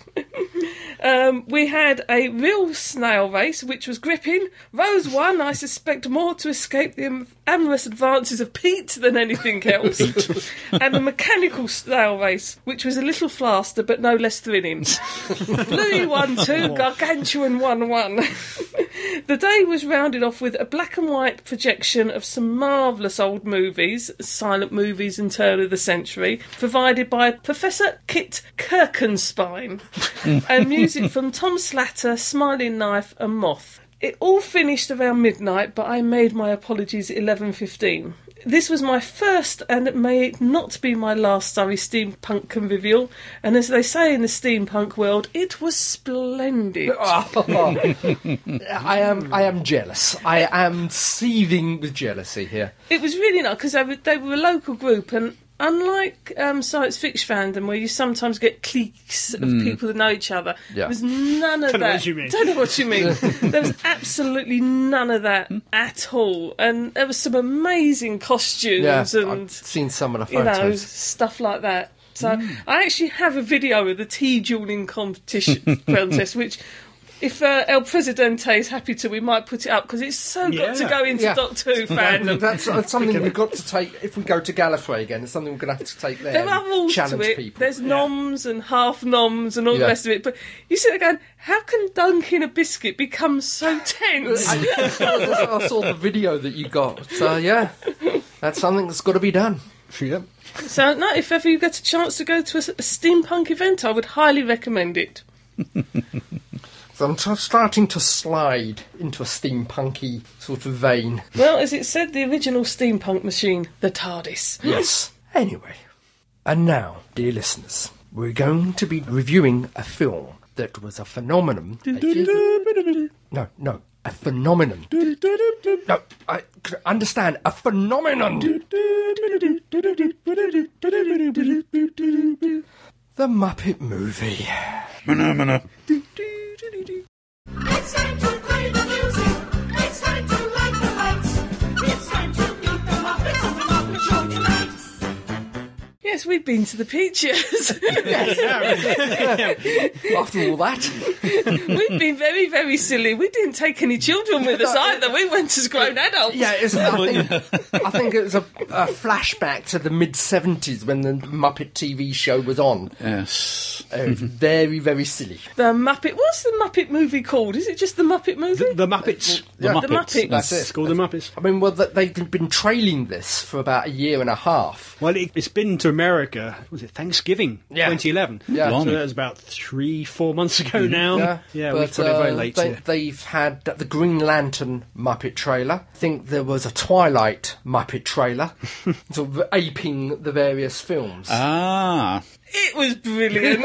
S5: Um, we had a real snail race, which was gripping. Rose won, I suspect, more to escape the am- amorous advances of Pete than anything else. and the mechanical snail race, which was a little faster but no less thrilling. Bluey won two, Gargantuan won one. the day was rounded off with a black and white projection of some marvellous old movies, silent movies and turn of the century, provided by Professor Kit Kirkenspine, and music from Tom Slatter, Smiling Knife, and Moth. It all finished around midnight, but I made my apologies at 11.15. This was my first, and it may it not be my last Surrey steampunk convivial, and as they say in the steampunk world, it was splendid.
S8: I am I am jealous. I am seething with jealousy here.
S5: It was really nice because they, were- they were a local group, and unlike um, science fiction fandom, where you sometimes get cliques of people that know each other,
S8: Yeah.
S5: there was none of
S4: Don't know
S5: that.
S4: what you mean.
S5: Don't know what you mean. there was absolutely none of that at all, and there was some amazing costumes
S8: Yeah, I've
S5: and
S8: seen some of the
S5: you know
S8: photos. Mm.
S5: stuff like that. So I actually have a video of the tea dueling competition contest, which if uh, El Presidente is happy to, we might put it up because it's so
S4: Yeah.
S5: good to go into
S8: Yeah.
S5: Doctor Who fandom.
S8: That's, that's something we've got to take if we go to Gallifrey again. It's something we're going to have to take there.
S5: There
S8: and
S5: are rules to
S8: um, challenge
S5: it.
S8: people.
S5: There's noms and half noms and all the
S8: Yeah.
S5: rest of it. But you sit there going, how can dunking a biscuit become so tense?
S8: I, I saw the video that you got. So yeah, that's something that's got to be done.
S4: Yep.
S5: so, no, if ever you get a chance to go to a, s- a steampunk event, I would highly recommend it.
S8: So I'm t- starting to slide into a steampunky sort of vein.
S5: Well, as it said, the original steampunk machine, the TARDIS.
S8: Yes. Anyway, and now, dear listeners, we're going to be reviewing a film that was a phenomenon. A few- no, no, a phenomenon. No, I c- understand a phenomenon. The Muppet Movie.
S1: Phenomena.
S9: It's time to play the music. It's time to light the lights. It's time to meet the Muppets of the Muppet Show tonight.
S5: Yes, we've been to the Peaches.
S8: After all that,
S5: we've been very, very silly. We didn't take any children with us either. We went as grown adults.
S8: yeah, it's, I, think, I think it was a, a flashback to the mid '70s when the Muppet TV show was on.
S1: Yes.
S8: Uh,
S4: Mm-hmm.
S8: very, very silly.
S5: The Muppet. What's the Muppet movie called? Is it just the Muppet movie?
S4: The Muppets.
S8: Yeah.
S5: The Muppets.
S8: That's
S4: It's
S8: it.
S4: called The Muppets.
S8: I mean, well, th- they've been trailing this for about a year and a half.
S4: Well, it, it's been to America. what Was it Thanksgiving
S8: Yeah.
S4: 2011?
S8: Yeah. Mm-hmm.
S4: so
S1: Blimey.
S4: that was about three, four months ago now.
S8: Yeah,
S4: we
S8: but,
S4: got it very
S8: uh,
S4: late.
S8: They, they've had the Green Lantern Muppet trailer. I think there was a Twilight Muppet trailer, sort of aping the various films.
S4: Uh.
S1: Ah.
S5: It was brilliant.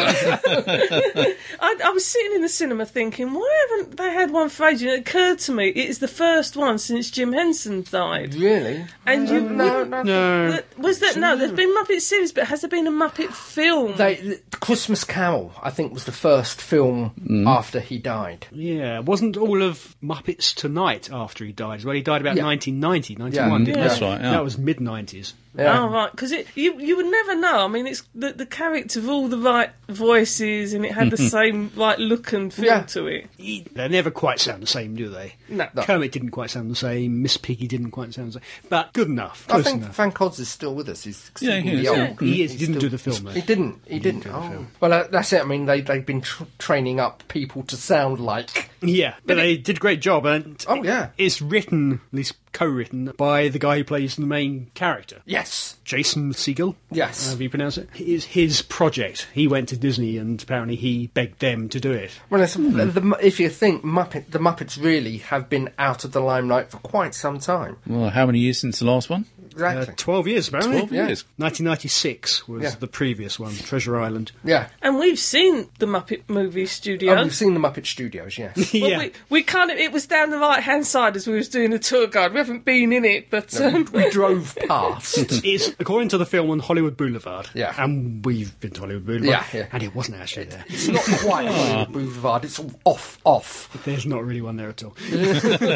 S5: I, I was sitting in the cinema thinking, why haven't they had one for ages? And it occurred to me, it is the first one since Jim Henson died.
S8: really?
S5: And you
S8: No,
S5: wouldn't-
S8: no.
S4: no,
S5: that- was that no? There's been Muppet series, but has there been a Muppet film?
S8: They, the Christmas Carol, I think, was the first film
S4: Mm.
S8: after he died.
S4: yeah, wasn't all of Muppets Tonight after he died? as Well, he died about
S8: Yeah.
S4: 1990, 91, didn't
S1: Yeah.
S4: he?
S1: That's right, yeah.
S4: That was mid 90s.
S8: Yeah.
S5: Oh right, because you you would never know. I mean, it's the the character of all the right voices, and it had the same right look and feel
S8: Yeah.
S5: to it.
S4: They never quite sound the same, do they?
S5: No.
S4: Kermit didn't quite sound the same. Miss Piggy didn't quite sound the same. But good enough.
S8: I
S4: Close
S8: think
S4: enough.
S8: Van Codds is still with us. He's
S1: Yeah, he
S8: exceedingly
S1: is, yeah.
S8: old.
S4: He is. He didn't
S8: still-
S4: do the film, though.
S8: He didn't. He, didn't. oh. Well, uh, that's it. I mean, they they've been tr- training up people to sound like.
S4: Yeah, but, they did a great job. And
S8: Oh, yeah.
S4: it's written, at least co-written, by the guy who plays the main character,
S8: Yes.
S4: Jason Segel.
S8: Yes.
S4: however you pronounce it. It is his project. He went to Disney, and apparently he begged them to do it.
S8: Well, it's,
S4: Hmm.
S8: the, the, if you think Muppet, the Muppets really have been out of the limelight for quite some time.
S1: Well, how many years since the last one?
S4: Uh,
S8: Exactly.
S4: Twelve years, apparently.
S1: 12 years.
S4: 1996 was
S8: Yeah.
S4: the previous one, Treasure Island.
S8: yeah.
S5: And we've seen the Muppet movie studio.
S8: Oh, we've seen the Muppet Studios. Yes.
S5: Well,
S4: yeah,
S5: we, we kind of it was down the right hand side as we was doing the tour guide. We haven't been in it, but um,
S8: we drove past.
S4: it's according to the film on Hollywood Boulevard.
S8: Yeah.
S4: and we've been to Hollywood Boulevard.
S8: Yeah, yeah.
S4: and it wasn't actually there.
S8: It's not quite Hollywood Boulevard. It's all off, off.
S4: There's not really one there at all.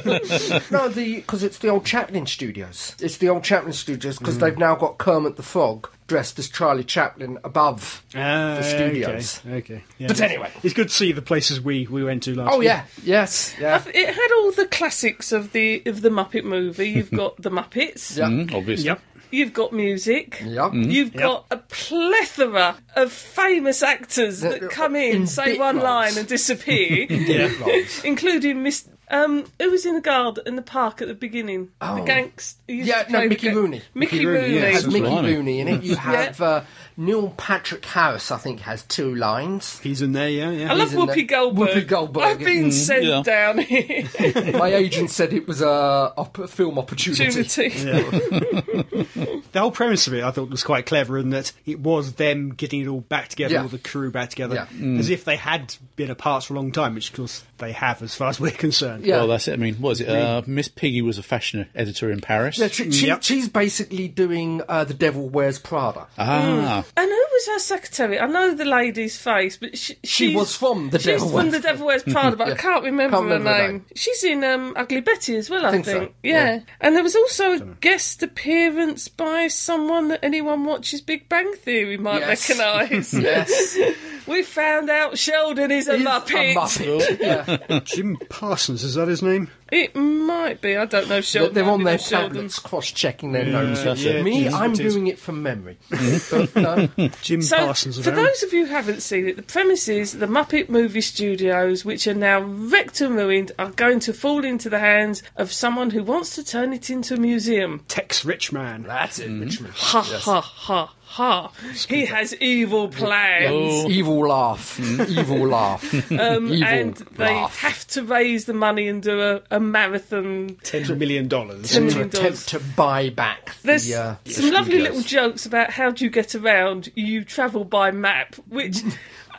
S8: No, the because it's the old Chaplin Studios. It's the old Chaplin Studios because they've now got Kermit the Frog dressed as Charlie Chaplin above
S4: Ah,
S8: the studios.
S4: Okay, okay. Yeah,
S8: But
S4: it's-
S8: anyway.
S4: it's good to see the places we, we went to last.
S8: Oh
S4: week.
S8: yeah. Yes. Yeah.
S5: it had all the classics of the of the Muppet movie. You've got the Muppets.
S8: Yeah.
S1: Mm, obviously.
S4: Yep.
S5: You've got music.
S8: Hmm? Yep.
S5: You've got a plethora of famous actors that come in,
S8: uh, in
S5: say
S8: bit
S5: one
S8: roles.
S5: line, and disappear,
S8: Roles.
S5: including Miss. Um, who was in the guard in the park at the beginning? The gangster.
S8: Oh. Yeah, no, Mickey Rooney.
S5: Mickey,
S4: Mickey Rooney,
S5: Rooney.
S4: yeah.
S8: has Mickey
S1: Blimey.
S8: Rooney in it. You have uh, Neil Patrick Harris, I think, has two lines.
S4: He's in there, yeah, yeah.
S5: I love
S8: He's in
S5: Whoopi
S8: there.
S5: Goldberg.
S8: Whoopi Goldberg.
S5: I've been sent
S1: yeah.
S5: down here.
S8: My agent said it was a, op- film opportunity.
S5: Opportunity.
S4: the whole premise of it, I thought, was quite clever in that it was them getting it all back together,
S8: Yeah.
S4: all the crew back together,
S8: Yeah.
S4: as if they had been apart for a long time, which of course they have, as far as we're concerned.
S8: Yeah.
S1: Well, that's it. I mean, what is it? Uh, Miss Piggy was a fashion editor in Paris.
S8: Yeah, she, she-
S4: Yep.
S8: She's basically doing uh, The Devil Wears Prada.
S1: ah.
S5: And who was her secretary? I know the lady's face, but she, she's-
S8: was from The
S5: she's
S8: Devil
S5: from
S8: Wears-
S5: The Devil Wears Prada, but I can't remember,
S8: Can't remember
S5: her
S8: her
S5: name.
S8: name.
S5: She's in um, Ugly Betty as well, I,
S8: think
S5: think.
S8: so,
S5: Yeah.
S8: yeah.
S5: and there was also a guest appearance by someone that anyone watches Big Bang Theory might
S8: Yes.
S5: recognise.
S8: Yes.
S5: We found out Sheldon is a
S8: Is A
S5: Muppet.
S8: Muppet. yeah.
S4: Jim Parsons, is that his name?
S5: It might be. I don't know
S8: They're
S5: Sheldon.
S8: they're
S5: I
S8: on
S5: do
S8: their
S5: know Sheldon.
S8: tablets, cross-checking their
S1: that's
S8: noses.
S1: it.
S8: Me,
S1: It is,
S8: I'm
S1: it is.
S8: doing it from memory. But, no,
S4: Jim
S5: So,
S4: Parsons.
S5: for
S4: apparently.
S5: those of you who haven't seen it, the premise is the Muppet Movie Studios, which are now wrecked and ruined, are going to fall into the hands of someone who wants to turn it into a museum.
S4: Tex Richman.
S8: that's it, Richmond.
S5: Ha ha ha ha! He has evil plans.
S8: Evil laugh. Evil laugh. Evil
S5: Um, and they
S8: laugh.
S5: have to raise the money and do a, a marathon.
S4: Ten million dollars.
S5: Ten
S8: to
S5: million dollars.
S8: attempt to buy back
S5: There's
S8: the, uh, the
S5: some lovely
S8: studios.
S5: little jokes about how do you get around? You travel by map, which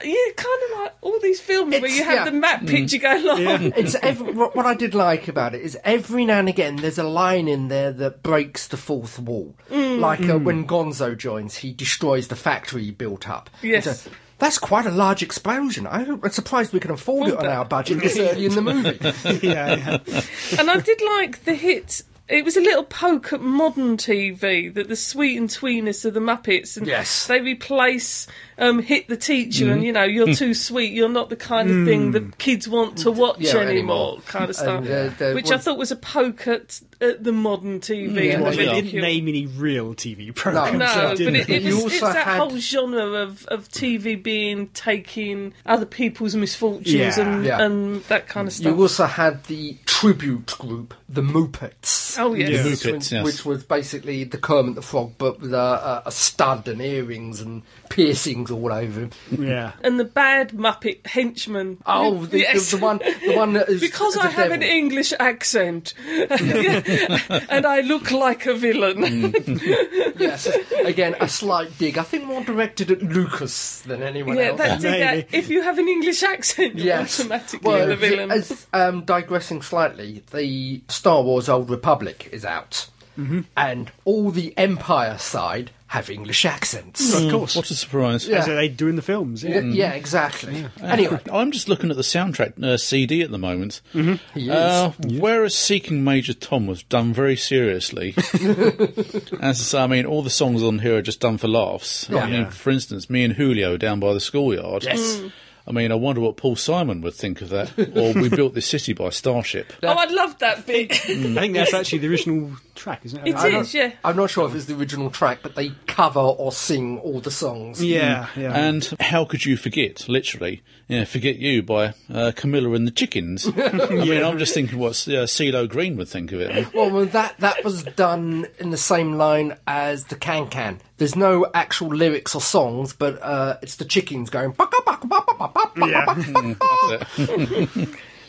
S5: yeah, kind of like all these films where
S8: It's-
S5: you have
S8: yeah. Mm.
S5: the map picture going along.
S8: it's every, what what I did like about it is every now and again there's a line in there that breaks the fourth wall.
S5: Mm.
S8: Like uh, when Gonzo joins, he destroys the factory he built up.
S5: Yes.
S8: It's a- that's quite a large explosion. I, I'm surprised we can afford it on our budget this early in the movie.
S4: yeah, yeah.
S5: and I did like the hit. It was a little poke at modern TV that the sweet and tweeness of the Muppets and
S8: Yes. Mm.
S5: they replace um, hit the teacher and you know you're too sweet you're not the kind of thing that kids want to watch
S8: Yeah,
S5: anymore,
S8: anymore.
S5: kind of stuff
S8: uh, there
S5: which I
S8: was- Mm.
S5: thought was a poke at, at the modern TV. and
S4: Well, they
S5: the
S4: didn't
S5: ridicule.
S4: name any real TV programs.
S5: No,
S4: did
S5: but it,
S4: they?
S5: it
S8: You
S5: was, it's
S8: also
S5: that
S8: had-
S5: whole genre of, of TV being taking other people's misfortunes
S4: Yeah.
S5: and,
S8: Yeah.
S5: and that kind of stuff.
S8: you also had the tribute group, the Muppets.
S5: oh yes,
S4: Yeah.
S8: which,
S1: Muppets,
S8: was-
S1: yes.
S8: which was basically the Kermit the Frog, but with a, a, a stud and earrings and piercings all over him.
S4: yeah.
S5: and the bad Muppet henchman.
S8: Oh, the,
S5: Yes.
S8: the, the one, the one that is
S5: Because
S8: the
S5: I have an
S8: devil.
S5: English accent, and I look like a
S8: Mm,
S5: villain.
S8: Yes, again, a slight dig. I think more directed at Lucas than anyone
S5: yeah,
S8: else.
S5: that, did that.
S4: Maybe.
S5: If you have an English accent, you're
S8: oh, Yes.
S5: automatically
S8: Well,
S5: the villain.
S8: As, um, digressing slightly, the Star Wars Old Republic is out,
S1: Mm-hmm.
S8: and all the Empire side have English accents.
S4: Of course.
S1: Mm. What a surprise. Uh,
S8: Yeah. Mm.
S4: As they do in the films. Yeah.
S8: Yeah, exactly. Anyway,
S1: I'm just looking at the soundtrack uh, CD at the moment.
S8: he is.
S1: Uh, Whereas Seeking Major Tom was done very seriously. As I say, I mean, all the songs on here are just done for laughs.
S8: Yeah.
S1: I mean, for instance, me and Julio down by the schoolyard.
S8: Yes.
S1: I mean, I wonder what Paul Simon would think of that. or We Built This City by Starship.
S5: oh, I love that bit.
S8: Mm,
S4: I think that's actually the original track, isn't it?
S5: It
S4: I
S5: is,
S4: don't-
S5: yeah.
S8: I'm not sure if it's the original track, but they cover or sing all the songs.
S4: Yeah, yeah.
S1: And How Could You Forget, literally, yeah, Forget You by uh, Camilla and the Chickens. I mean, I'm just thinking what uh, CeeLo Green would think of it.
S8: Well, well, that that was done in the same line as the Can Can. There's no actual lyrics or songs, but uh, it's the chickens going. "Baka, baka, baka, baka, baka, baka."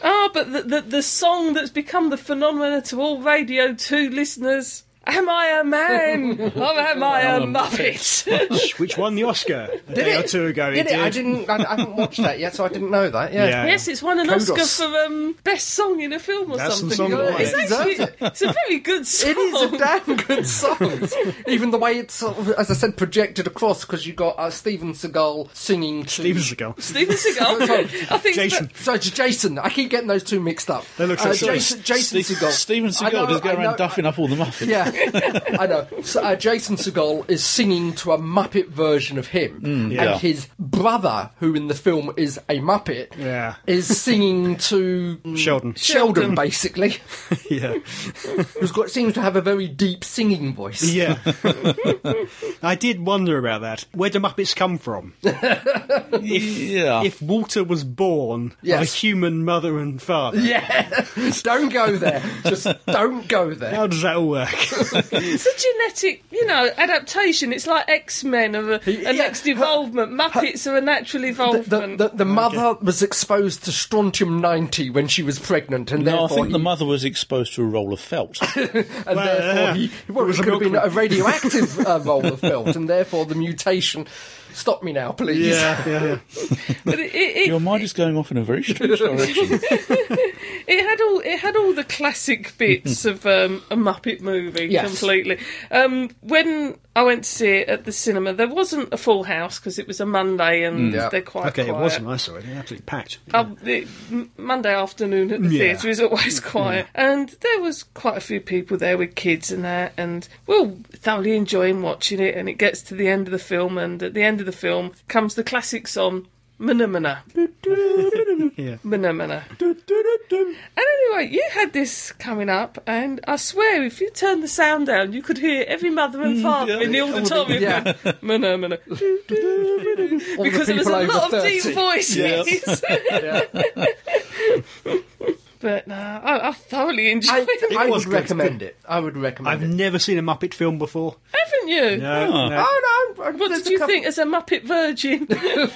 S5: Ah, but the, the the song that's become the phenomenon to all Radio Two listeners. Am I a man or am I a muppet?
S4: Which- which won the Oscar a day or
S8: it?
S4: two ago.
S8: Did
S4: it
S8: it? I
S4: did.
S8: didn't. I, I haven't watched that yet, so I didn't know that. Yeah.
S4: Yeah.
S5: yes, it's won an
S8: Kudos.
S5: Oscar for um, best song in a film or
S4: That's some
S5: something.
S4: song that won
S5: it's
S4: it.
S5: actually
S8: Deserves
S5: it's a very good song.
S8: It is a damn good song. Even the way it's sort of, as I said, projected across because you got uh, Steven Seagal singing. To...
S4: Steven Seagal.
S5: Steven Seagal. I think
S4: Jason.
S8: Sorry, it's Jason. I keep getting those two mixed up. Uh,
S4: They look so similar.
S8: Jason, Jason
S1: Ste-
S8: Seagal.
S1: Steven
S8: I
S1: Seagal
S8: know-
S1: just going
S8: I
S1: around
S8: know-
S1: duffing up all the muffins.
S8: Yeah, I know. So, uh, Jason Segal is singing to a Muppet version of him,
S1: Mm, yeah.
S8: and his brother, who in the film is a Muppet,
S4: Yeah.
S8: is singing to mm,
S4: Sheldon.
S8: Sheldon, basically,
S4: Yeah.
S8: who's got seems to have a very deep singing voice.
S4: Yeah. I did wonder about that. Where do Muppets come from?
S1: Yeah.
S4: If Walter was born of a
S8: Yes.
S4: human mother and father,
S8: Yeah. don't go there. Just don't go there.
S4: how does that all work?
S5: it's a genetic, you know, adaptation. It's like X Men of a,
S8: He- yeah,
S5: a next evolvement. Muppets are a natural
S8: The,
S5: evolvement.
S8: the, the, the mother was exposed to strontium 90 when she was pregnant, and
S1: No, I
S8: therefore,
S1: think the
S8: he-
S1: mother was exposed to a roll of felt.
S8: and
S4: Well,
S8: therefore
S4: yeah.
S8: he, well,
S4: It
S8: it,
S4: was a
S8: could have been
S4: milkman.
S8: a radioactive uh, roll of felt, and therefore the mutation. Stop me now, please.
S4: yeah, yeah, yeah.
S5: But it, it, it
S1: Your mind is going off in a very strange direction.
S5: It had all it had all the classic bits of um, a Muppet movie
S8: Yes.
S5: completely. Um, when I went to see it at the cinema, there wasn't a full house because it was a Monday and
S8: Yeah.
S5: they're quite
S4: Okay, it
S5: quiet.
S4: wasn't. I saw it. It was Absolutely packed.
S5: Um, the- m- Monday afternoon at the
S4: Yeah.
S5: theatre is always quiet, and there was quite a few people there with kids and that, and we we're thoroughly enjoying watching it. And it gets to the end of the film, and at the end of the film comes the classics on. Manamana.
S4: Yeah.
S5: Manamana. And anyway, you had this coming up, and I swear, if you turned the sound down, you could hear every mother and father in the auditorium
S8: yeah.
S5: going, "Mana, mana." because there was
S8: people
S5: a
S8: over
S5: lot of
S8: 30.
S5: deep voices. but no, I, I thoroughly
S8: I,
S5: enjoyed it.
S8: I
S4: was
S8: would
S4: good.
S8: recommend it. I would recommend
S4: I've
S8: it.
S4: never seen a Muppet film before.
S5: Haven't you?
S4: No, no.
S8: Oh no!
S5: What did you think as a Muppet virgin?
S4: I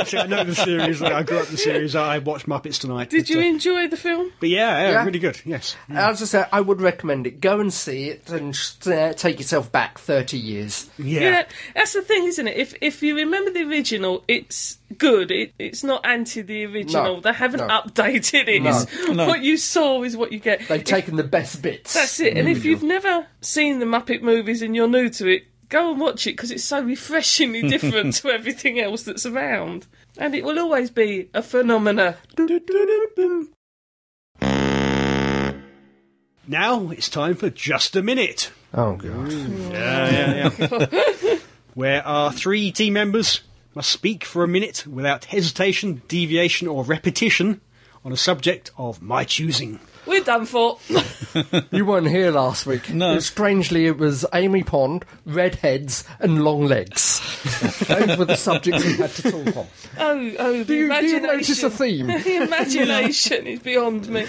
S4: actually, I know the series. Like, I grew up with the series. I watched Muppets tonight.
S5: Did
S4: but,
S5: you
S4: uh,
S5: enjoy the film?
S4: but yeah, yeah,
S8: Yeah.
S4: really good. Yes.
S8: As I said, I would recommend it. Go and see it and sh- uh, take yourself back thirty years.
S4: Yeah.
S5: Yeah, that's the thing, isn't it? If if you remember the original, it's good. It, it's not anti the original.
S8: No,
S5: they haven't
S8: no.
S5: updated it. It's-
S1: No.
S5: What you saw is what you get.
S8: They've taken the best bits.
S5: That's it. And if you've never seen the Muppet movies and you're new to it, go and watch it because it's so refreshingly different to everything else that's around. And it will always be a phenomena.
S8: Oh,
S4: Now it's time for just a minute.
S8: Oh god!
S4: where our three team members must speak for a minute without hesitation, deviation, or repetition on a subject of my choosing.
S5: We're done for. Oh,
S8: You weren't here last week.
S1: No.
S8: Strangely, it was Amy Pond, redheads, and long legs. Those were the subjects we had to talk on.
S5: Oh, oh, the
S8: Do you, do you
S5: imagination.
S8: notice a theme?
S5: the imagination is beyond me.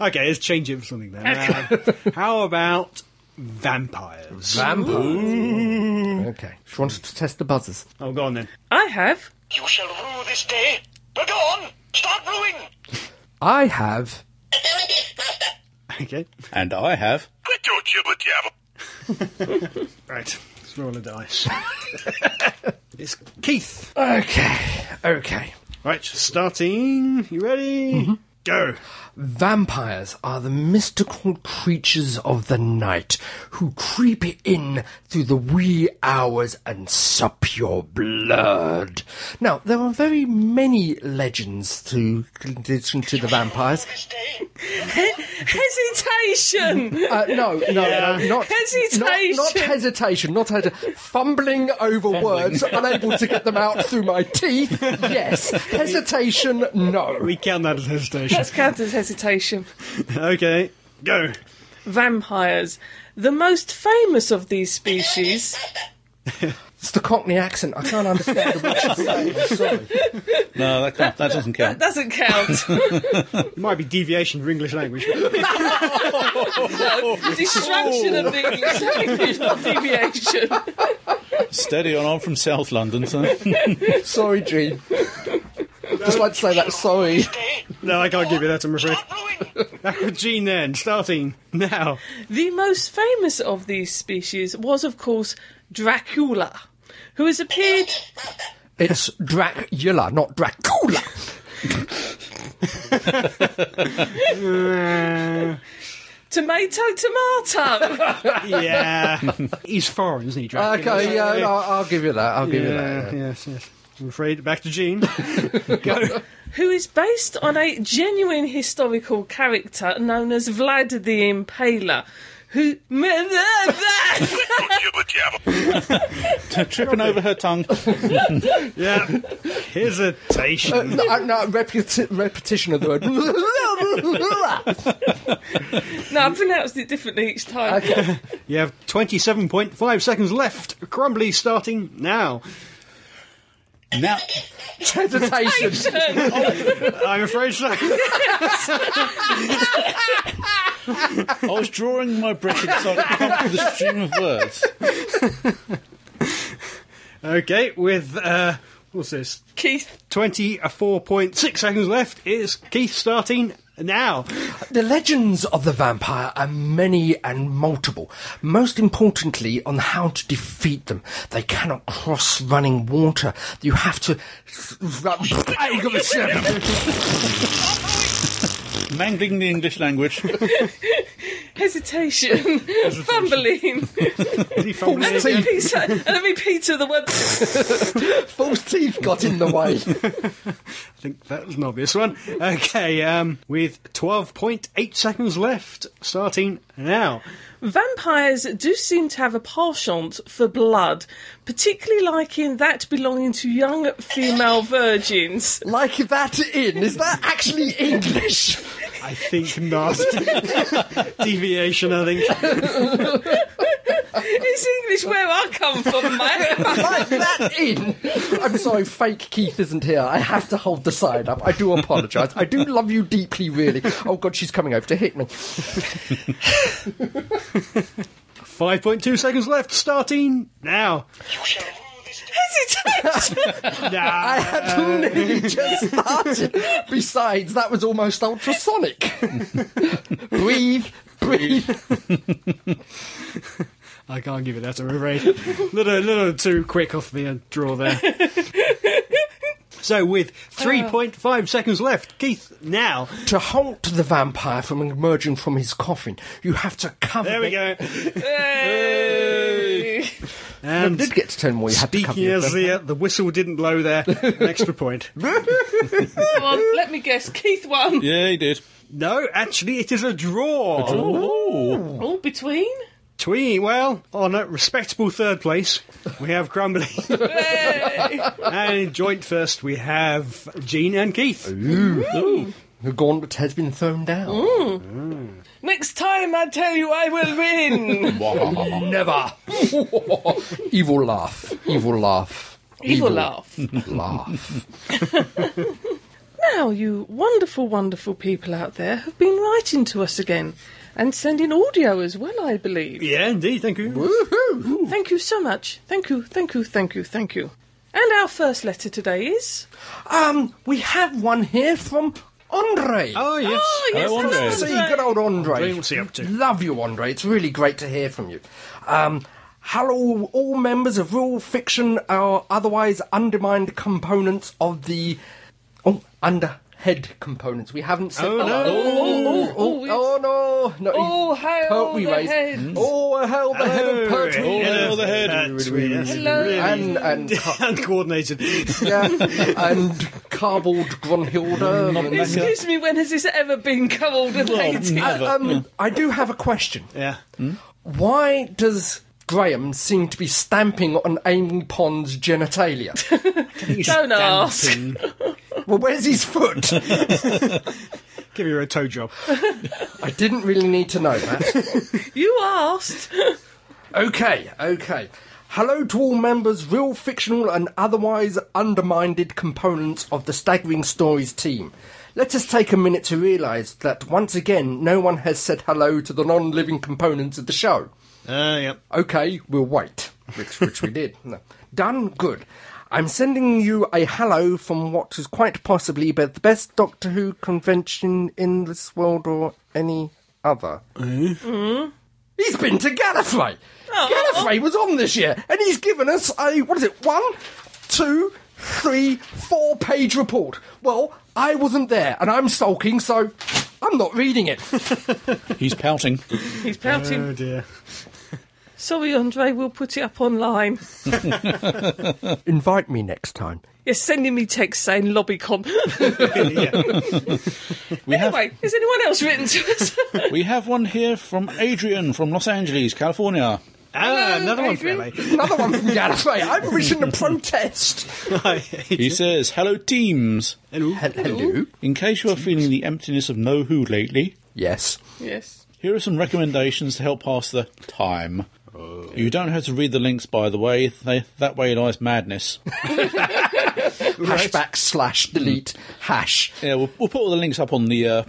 S4: Okay, let's change it for something then. Uh, how about vampires?
S8: Okay. She wanted to test the buzzers.
S4: oh, go on then.
S5: I have.
S9: You shall rue this day. But go on, start ruing.
S8: I have.
S4: Okay,
S1: And I have.
S9: Quit your jibber jabber.
S4: right. Let's roll a dice. it's Keith.
S8: Okay. Okay.
S4: Right, starting. You ready? Go.
S8: Vampires are the mystical creatures of the night who creep in through the wee hours and sup your blood. Now, there are very many legends to, to the vampires.
S5: Hesitation.
S8: Uh, no, no, no, not
S5: Hesitation.
S8: Not, not hesitation. Not hesitation. Fumbling over words, unable to get them out through my teeth. Yes. Hesitation. No.
S4: We count that as hesitation.
S5: That's counted as hesitation.
S4: okay, go.
S5: Vampires. The most famous of these species.
S8: It's the Cockney accent. I can't understand what she's saying. I'm Sorry.
S1: No, that, can't, that doesn't count.
S5: Doesn't count.
S4: It might be deviation from English language.
S8: Oh.
S5: Distraction of the English language, not deviation.
S1: Steady on, I'm from South London, so.
S8: Sorry, Gene. Just like to say that. Sorry.
S4: no, I can't give you that. I'm afraid. Back with Gene then. Starting now.
S5: The most famous of these species was, of course, Dracula, who has appeared.
S8: It's Dracula, not Dracula.
S5: Tomato, tomato.
S4: Yeah. He's foreign, isn't he, Dracula?
S8: Okay, yeah, no, I'll give you that. I'll give you that.
S4: Yeah, yes, yes. I'm afraid. Back to Gene.
S5: who is based on a genuine historical character known as Vlad the Impaler. Who.
S1: Tripping over her tongue.
S4: yeah. Hesitation.
S8: No, no, repeti- repetition of the word.
S5: No, I pronounced it differently each time.
S4: You have 27.5 seconds left. Crumbly starting now.
S1: Now,
S8: Hesitation.
S4: I'm afraid so.
S1: I was drawing my breath inside I come up with a stream of words.
S4: okay, with, uh, what's this?
S5: Keith.
S4: 24.6 seconds left. It's Keith starting now.
S8: The legends of the vampire are many and multiple. Most importantly, on how to defeat them. They cannot cross running water. You have to.
S1: Mangling the English language.
S5: hesitation, fumbling. and, I mean Peter, and I mean Peter the web.
S8: False teeth got in the way.
S4: I think that was an obvious one. Okay, um, with 12.8 seconds left, starting now.
S5: Vampires do seem to have a penchant for blood, particularly liking that belonging to young female virgins.
S8: like that in. Is that actually English?
S4: I think not. Deviation, I think.
S5: It's English where I come from, mate.
S8: Like that in. I'm sorry, fake Keith isn't here. I have to hold the sign up. I do apologise. I do love you deeply, really. Oh God, she's coming over to hit me.
S4: 5.2 seconds left, starting now.
S5: Hesitation.
S4: Nah.
S8: I
S4: Uh,
S8: had nearly just started. Besides, that was almost ultrasonic. breathe, breathe.
S4: I can't give it that, I'm afraid. little, little too quick off the uh, draw there. so, with 3.5 seconds left, Keith, now.
S8: To halt the vampire from emerging from his coffin, you have to cover.
S4: There we
S8: the-
S4: go.
S5: Hey.
S8: You
S4: And
S8: did get to turn more. You had to cover.
S4: speaking
S8: your
S4: as the, uh, the whistle didn't blow there, an extra point.
S5: Come on, let me guess. Keith won.
S1: Yeah, he did.
S4: No, actually, it is a draw.
S5: All between.
S4: Between, well, on a respectable third place, we have Crumbly. and in joint first, we have Gene and Keith.
S8: The gauntlet has been thrown down.
S5: Next time I tell you I will win.
S8: Never. Evil laugh. Evil laugh.
S5: Evil laugh.
S8: laugh.
S5: Now, you wonderful, wonderful people out there have been writing to us again and sending audio as well, I believe.
S4: Yeah, indeed, thank you.
S5: Thank you so much. Thank you, thank you, thank you, thank you. And our first letter today is.
S8: Um, we have one here from Andre.
S4: Oh, yes.
S5: Oh, yes,
S1: Andre.
S5: hello,
S8: See,
S5: Andre.
S8: good old
S4: Andre,
S8: Andre.
S4: what's he up to?
S8: Love you, Andre. It's really great to hear from you. Um, hello, all members of Rule Fiction, our otherwise undermined components of the. Oh, underhead components. We haven't said.
S4: Oh, no.
S8: Oh, oh,
S5: Oh,
S8: oh,
S5: yes.
S8: oh, no. no
S5: Oh, hail
S8: poetry
S5: the
S8: raised.
S4: Hmm.
S5: head.
S8: Oh, hail the head of poetry.
S1: Oh, hail the head.
S4: That's really
S5: Hello.
S8: And, and
S4: uncoordinated.
S8: Yeah, and cardboard Grunhilde. and-
S5: Excuse me, when has this ever been coordinated?
S8: Um, I do have a question.
S4: yeah.
S8: Why does Graham seem to be stamping on Amy Pond's genitalia?
S5: Don't ask.
S8: well, where's his foot?
S4: Give her a toe job.
S8: I didn't really need to know that.
S5: You asked.
S8: Okay, okay. Hello to all members, real, fictional, and otherwise undermined components of the Staggering Stories team. Let us take a minute to realise that once again, no one has said hello to the non living components of the show.
S4: Uh, yep.
S8: okay, we'll wait, which, which we did. No. Done, good. I'm sending you a hello from what is quite possibly be- the best Doctor Who convention in this world or any other. He's been to Gallifrey. Gallifrey was on this year, and he's given us a what is it? One, two, three, four-page report. Well, I wasn't there, and I'm sulking, so I'm not reading it.
S1: He's pouting.
S5: He's pouting.
S4: Oh, dear.
S5: Sorry, Andre, we'll put it up online.
S8: Invite me next time.
S5: You're sending me texts saying lobbycon.
S1: We have
S5: anyway, has anyone else written to us?
S1: we have one here from Adrian from Los Angeles, California.
S4: Ah, another one for
S5: Adrian.
S4: Ellie.
S8: Another one from Gallifrey. I'm wishing to protest.
S1: He says, "Hello, teams.
S8: Hello.
S1: In case you are feeling the emptiness of no who lately,
S8: Yes.
S5: yes.
S1: Here are some recommendations to help pass the time.
S4: Oh.
S1: You don't have to read the links, by the way. They, that way lies madness.
S8: Hashback slash delete hash.
S1: yeah, we'll, we'll put all the links up on the uh,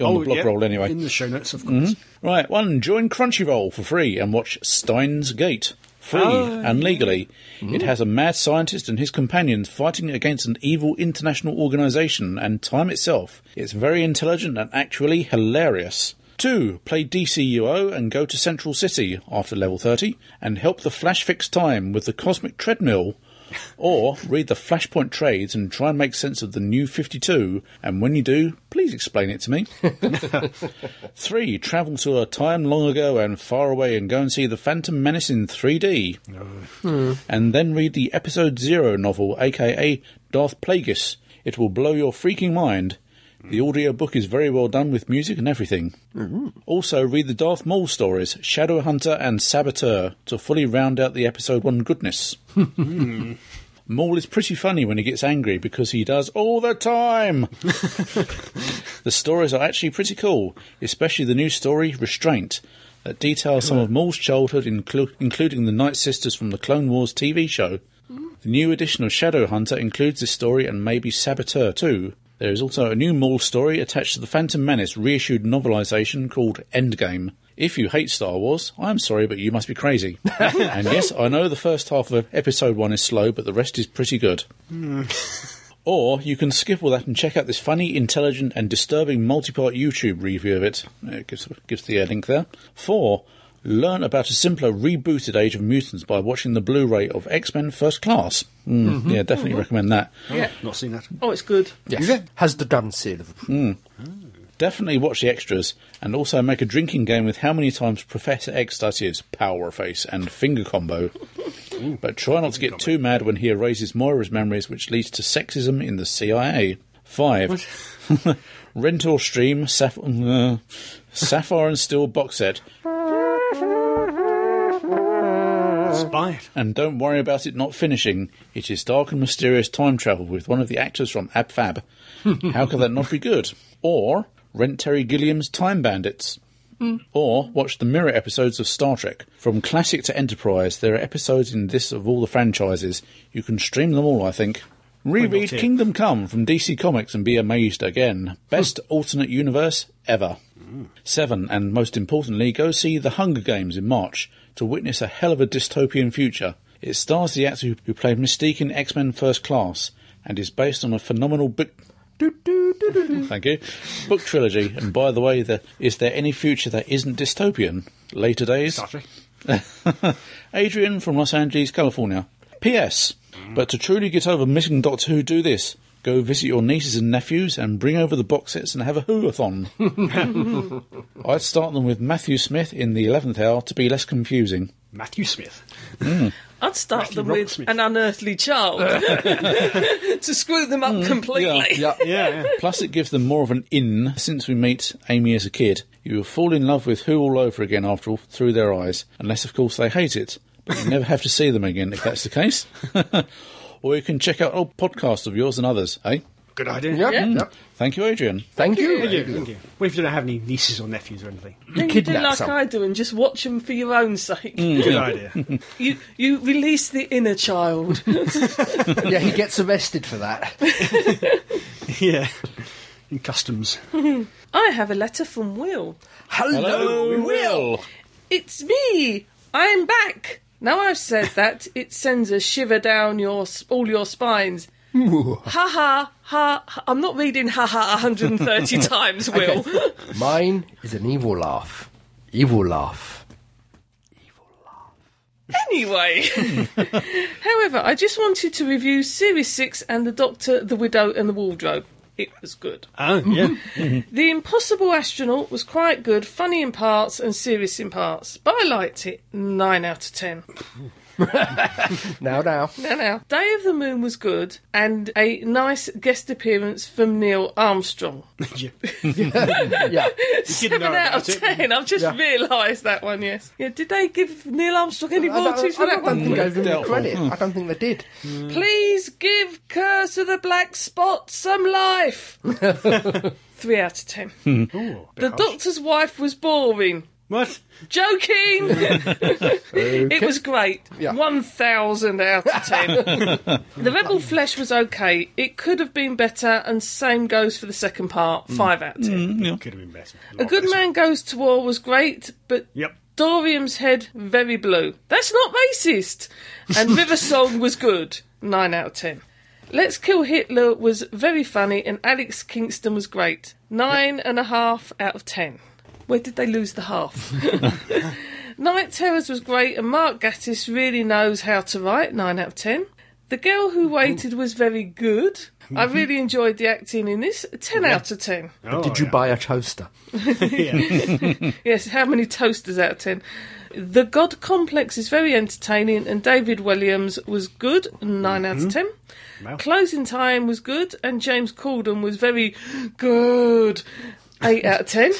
S1: on the blog
S4: Oh, yeah.
S1: roll anyway.
S4: In the show notes, of course.
S1: right, one. Join Crunchyroll for free and watch Steins Gate free and legally. It has a mad scientist and his companions fighting against an evil international organization and time itself. It's very intelligent and actually hilarious. 2. Play DCUO and go to Central City after level 30 and help the Flash fix time with the Cosmic Treadmill Or read the Flashpoint trades and try and make sense of the new 52, and when you do, please explain it to me. 3. Travel to a time long ago and far away and go and see The Phantom Menace in 3D. And then read the Episode Zero novel, aka Darth Plagueis. It will blow your freaking mind. The audio book is very well done with music and everything. Also, read the Darth Maul stories, Shadowhunter and Saboteur, to fully round out the episode one goodness. Maul is pretty funny when he gets angry because he does all the time. the stories are actually pretty cool, especially the new story, Restraint, that details some of Maul's childhood, inclu- including the Night Sisters from the Clone Wars TV show. The new edition of Shadowhunter includes this story and maybe Saboteur too. There is also a new Maul story attached to the Phantom Menace reissued novelisation called Endgame. If you hate Star Wars, I'm sorry, but you must be crazy. and yes, I know the first half of episode one is slow, but the rest is pretty good. Or you can skip all that and check out this funny, intelligent, and disturbing multi-part YouTube review of it. It gives, gives the uh, link there. Four, learn about a simpler rebooted Age of Mutants by watching the Blu-ray of X-Men First Class. Mm, Yeah, definitely recommend that.
S4: Not seen that.
S5: Oh, it's good.
S8: Yes. Has the done seal of approval.
S1: Definitely watch the extras, and also make a drinking game with how many times Professor X that is, power face, and finger combo. But try not to get too mad when he erases Moira's memories, which leads to sexism in the CIA. 5. Rent or stream Saf- uh, Sapphire and Steel box set,
S4: Spy it.
S1: and don't worry about it not finishing. It is dark and mysterious time travel with one of the actors from Ab Fab. How could that not be good? Or rent Terry Gilliam's Time Bandits. Or watch the mirror episodes of Star Trek. From classic to Enterprise, there are episodes in this of all the franchises. You can stream them all, I think. Reread
S4: two.
S1: Kingdom Come from DC Comics and be amazed again. Best alternate universe ever. Seven, and most importantly, go see The Hunger Games in March to witness a hell of a dystopian future. It stars the actor who- who played Mystique in X Men First Class and is based on a phenomenal book. Thank you. Book trilogy, and by the way, the, is there any future that isn't dystopian? Later days. Adrian from Los Angeles, California. P.S. But to truly get over missing Doctor Who, do this. Go visit your nieces and nephews and bring over the box sets and have a hooathon. I'd start them with Matthew Smith in the 11th hour to be less confusing.
S4: Matthew Smith.
S5: I'd start
S4: Matthew
S5: them with
S4: Rocksmith.
S5: an unearthly child to screw them up completely.
S1: Yeah,
S4: Yeah,
S1: Plus, it gives them more of an in since we meet Amy as a kid. You will fall in love with Who all over again after all through their eyes, unless, of course, they hate it. But you never have to see them again if that's the case. or you can check out old podcasts of yours and others, eh?
S4: Good idea.
S8: Yep.
S5: Yeah.
S8: yep.
S1: Thank you, Adrian.
S8: Mm. Thank you.
S4: Thank you. Thank you. What if you don't have any nieces or nephews or anything?
S5: Then you do
S8: kidnap
S5: like
S8: some. Mm.
S5: I do and just watch them for your own sake.
S4: Good idea.
S5: You you release the inner child.
S8: Yeah, he gets arrested for that.
S4: yeah. In customs.
S5: I have a letter from Will.
S8: Hello,
S1: Will.
S5: It's me. I'm back. Now I've said that, it sends a shiver down your s- all your spines. ha ha ha! ha- I'm not reading ha ha 130 times, Will.
S8: Mine is an evil laugh. Evil laugh.
S5: Anyway, however, I just wanted to review Series 6 and The Doctor, The Widow, and The Wardrobe. It was good.
S4: Oh, yeah.
S5: The Impossible Astronaut was quite good, funny in parts and serious in parts, but I liked it. 9 out of 10.
S8: Now, now.
S5: No, no. Day of the Moon was good, and a nice guest appearance from Neil Armstrong.
S8: Yeah.
S5: Seven
S4: know
S5: out of
S4: about it.
S5: ten. I've just
S8: Yeah.
S5: realised that one. Yes. Yeah. Did they give Neil Armstrong any
S8: I don't, I
S5: royalties for that
S8: don't
S5: one?
S8: think I give them
S1: Doubtful.
S8: credit. I don't think they did.
S5: Please give Curse of the Black Spot some life. Three out of ten.
S4: Hmm.
S5: the Doctor's wife was boring.
S4: What?
S5: Joking. it was great.
S8: Yeah.
S5: One thousand out of ten. the Rebel Flesh was okay. It could have been better, and same goes for the second part. Five out of ten.
S4: Could have been better.
S5: A Good Man Goes to War was great, but
S4: Yep.
S5: Dorium's head very blue. That's not racist. And River Song was good. Nine out of ten. Let's Kill Hitler was very funny, and Alex Kingston was great. Nine and a half out of ten. Where did they lose the half? Night Terrors was great, and Mark Gattis really knows how to write. Nine out of ten. The Girl Who
S4: Mm-hmm.
S5: Waited was very good. I really enjoyed the acting in this. 10 out of 10.
S4: Oh,
S8: Did you
S4: Mm-hmm. yeah.
S8: buy a toaster?
S5: Yes, how many toasters out of 10? The God Complex is very entertaining, and David Williams was good, 9 out of 10.
S4: Mm-hmm. Wow.
S5: Closing Time was good, and James Corden was very good, 8 out of 10.
S1: I
S5: I'm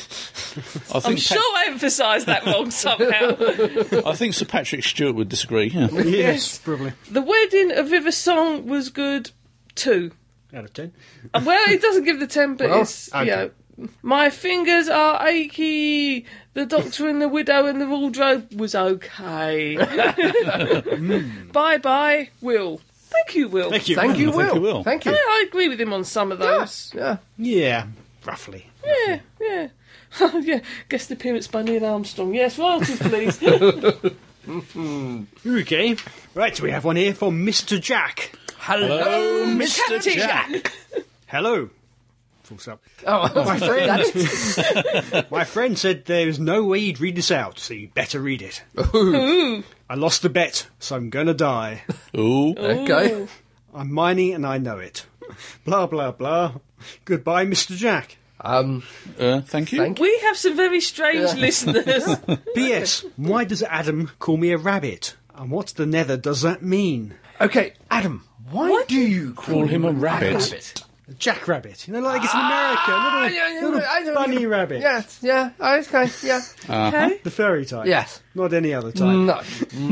S1: think,
S5: sure I emphasised that wrong somehow.
S1: Pat- I think Sir Patrick Stewart would disagree. Yeah.
S4: yes,
S5: Yes.
S4: probably.
S5: the Wedding of River Song was good, 2.
S4: Out of ten.
S5: Uh, Well, it doesn't give the ten, but
S8: Well,
S5: it's
S4: okay.
S5: you know. My fingers are achy. The Doctor and the Widow and the Wardrobe was okay. bye bye, Will. Thank you, Ah. Will.
S4: Thank you.
S8: Thank you,
S1: I think
S8: Will.
S1: I will.
S8: Thank
S5: Yeah,
S8: you.
S5: I agree with him on some of those.
S8: Yeah.
S4: Yeah, roughly.
S5: Yeah, yeah. Oh, yeah, guest appearance by Neil Armstrong. Yes, royalties, please. Hello,
S4: Okay. Right, we have one here from Mr. Jack.
S1: Hello, Mr. Jack.
S4: Hello. Full stop.
S8: Oh, my friend.
S4: My friend said there is no way you'd read this out, so you better read it. I lost the bet, so I'm gonna die.
S1: Ooh. uh,
S8: okay.
S4: I'm mining and I know it. Blah, blah, blah. Goodbye, Mr. Jack.
S8: Um,
S1: Uh, thank you.
S8: Thank-
S5: We have some very strange listeners.
S8: Uh-huh.
S4: P.S. Why does Adam call me a rabbit? And what the nether does that mean?
S8: okay, Adam, why do you
S1: Call
S8: call
S1: him a
S8: a
S1: rabbit.
S8: rabbit?
S4: A jackrabbit. You know, like it's in America. a little
S8: yeah, yeah,
S4: little
S8: Ah, I don't
S4: bunny
S8: even-
S4: rabbit.
S8: Yes, yeah, oh, okay, yeah.
S5: Okay.
S4: The furry type.
S8: Yes. Mm.
S4: Not any other type.
S8: No,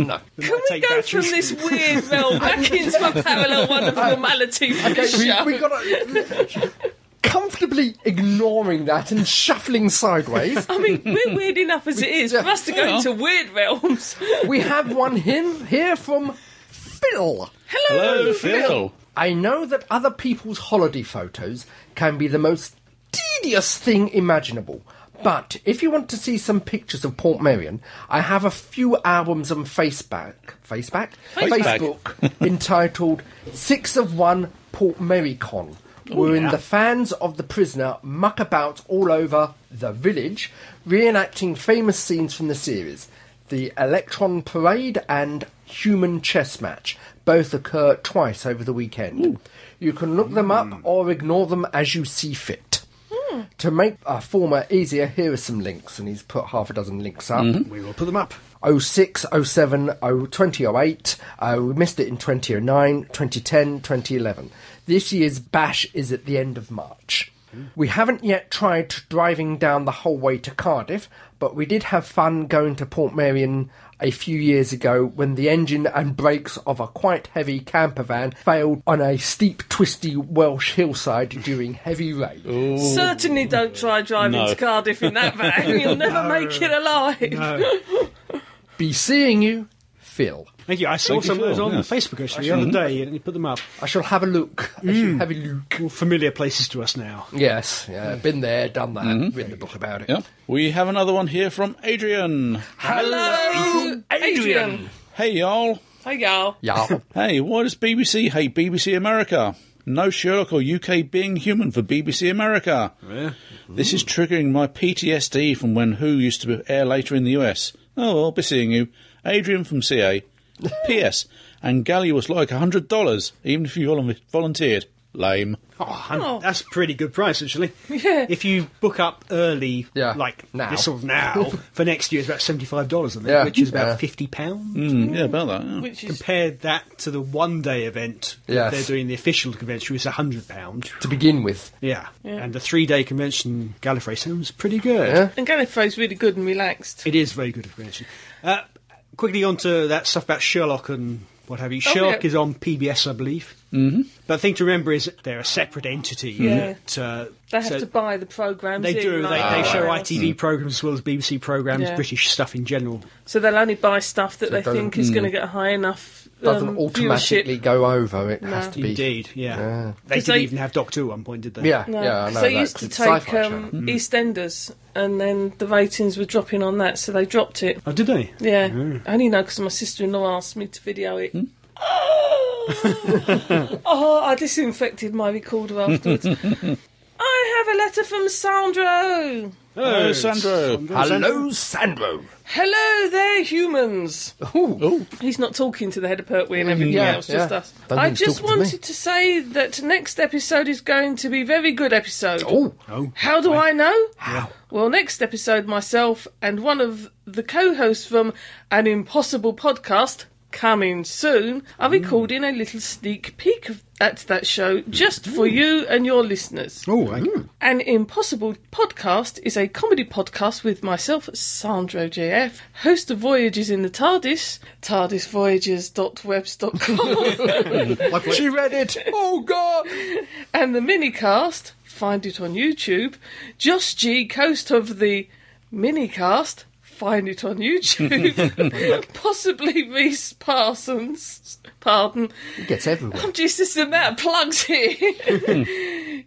S8: no.
S5: Can we go from this weird realm back into a parallel one of normality for this
S8: Okay,
S5: show?
S8: we, we got comfortably ignoring that and shuffling sideways.
S5: I mean, we're weird enough as it is for us to go into weird realms.
S8: we have one hymn here from Phil.
S1: Hello, Phil.
S8: I know that other people's holiday photos can be the most tedious thing imaginable. But if you want to see some pictures of Port Marion, I have a few albums on Facebook, Facebook,
S1: Faceback.
S8: Facebook, entitled Six of One Port Mericon, wherein the fans of the prisoner muck about all over the village, reenacting famous scenes from the series. The Electron Parade and Human Chess Match both occur twice over the weekend. You can look them up or ignore them as you see fit. To make our former easier, here are some links, and he's put half a dozen links up.
S4: We will put them up.
S8: 06, 07, 2008. Uh, we missed it in 2009, 2010, 2011. This year's bash is at the end of March. We haven't yet tried driving down the whole way to Cardiff, but we did have fun going to Port Marion a few years ago when the engine and brakes of a quite heavy camper van failed on a steep, twisty Welsh hillside during heavy rain.
S5: Certainly don't try driving
S1: No.
S5: to Cardiff in that van. You'll never make it alive.
S8: Be seeing you, Phil.
S4: Thank you. I saw
S1: Thank you,
S4: some of those
S1: Phil,
S4: on
S1: yes.
S4: Facebook actually the other day, and you put them up.
S8: I shall have a look. I shall have a look.
S4: All familiar places to us now.
S8: Yes, yeah, been there, done that, written a book about it.
S1: Yeah. We have another one here from Adrian.
S5: Hello, Adrian.
S1: Hey, y'all.
S5: Hey, y'all.
S8: Yeah.
S1: Hey, why does BBC hate BBC America? No Sherlock or UK being human for BBC America. This is triggering my PTSD from when Who used to air later in the US. Oh, I'll be seeing you. Adrian from CA. P.S. And Galley was like $100, even if you vol- volunteered. Lame.
S4: Oh, hun- that's a pretty good price actually.
S5: Yeah.
S4: If you book up early,
S8: Yeah,
S4: like
S8: now.
S4: this sort of now for next year, it's about seventy-five dollars, I think,
S8: Yeah,
S4: which is about
S8: yeah.
S4: fifty pounds.
S1: Mm, yeah, about that. yeah.
S5: Which is
S4: Compare that to the one-day event that
S8: Yes.
S4: they're doing the official convention, which is hundred pound.
S8: to begin with.
S4: Yeah. and the three-day convention Gallifrey sounds pretty good.
S8: Yeah.
S5: and Gallifrey's really good and relaxed.
S4: It is very good information. Uh, quickly on to that stuff about Sherlock and what have you. Sherlock
S5: Oh, yeah.
S4: is on PBS, I believe. Mm-hmm. But the thing to remember is that they're a separate entity.
S5: Yeah.
S4: that, uh,
S5: They have
S4: so
S5: to buy the programmes.
S4: they
S5: in,
S4: do. They,
S5: like uh,
S4: they
S8: Ah,
S4: show
S5: everywhere else.
S8: Mm.
S4: ITV programs as well as BBC programs,
S5: Yeah.
S4: British stuff in general.
S5: So they'll only buy stuff that they
S8: doesn't- Mm.
S5: think is going to get high enough um,
S8: Doesn't
S5: viewership.
S8: automatically go over. It has to be.
S4: Indeed, yeah. They
S5: 'Cause
S4: didn't
S5: they-
S4: even have Doctor Who at one point, did they?
S8: Yeah,
S5: No,
S8: yeah. I
S5: 'cause
S8: know
S5: they
S8: that,
S5: used to
S8: 'cause it's
S5: take
S8: sci-fi Mm. channel.
S5: um, EastEnders, and then the ratings were dropping on that, so they dropped it.
S4: Oh, did they?
S5: Yeah, I only know because my sister-in-law asked me to video it.
S8: Hmm?
S5: Oh! oh, I disinfected my recorder afterwards. I have a letter from Sandro.
S6: Hello, Sandro.
S1: Uh,
S8: Hello, Sandro.
S5: Hello there, humans. He's not talking to the head of Pertwee and everything
S8: yeah,
S5: else, just
S8: yeah.
S5: us.
S8: Don't
S5: I
S8: think he's
S5: just
S8: talking to me.
S5: wanted to, say that next episode is going to be very good episode.
S8: Oh,
S5: How do I know? How? Well, next episode, myself and one of the co-hosts from an impossible podcast coming soon are recording a little sneak peek of, at that show just for you and your listeners.
S4: Oh, thank you.
S5: An Impossible Podcast is a comedy podcast with myself, Sandro JF, host of Voyages in the TARDIS, tardisvoyages.webs.com,
S8: she read it. Oh God.
S5: and the minicast, find it on YouTube. Josh G, host of the minicast, find it on YouTube. Possibly Reese Parsons, pardon,
S8: It gets everywhere.
S5: I'm just this amount of plugs here.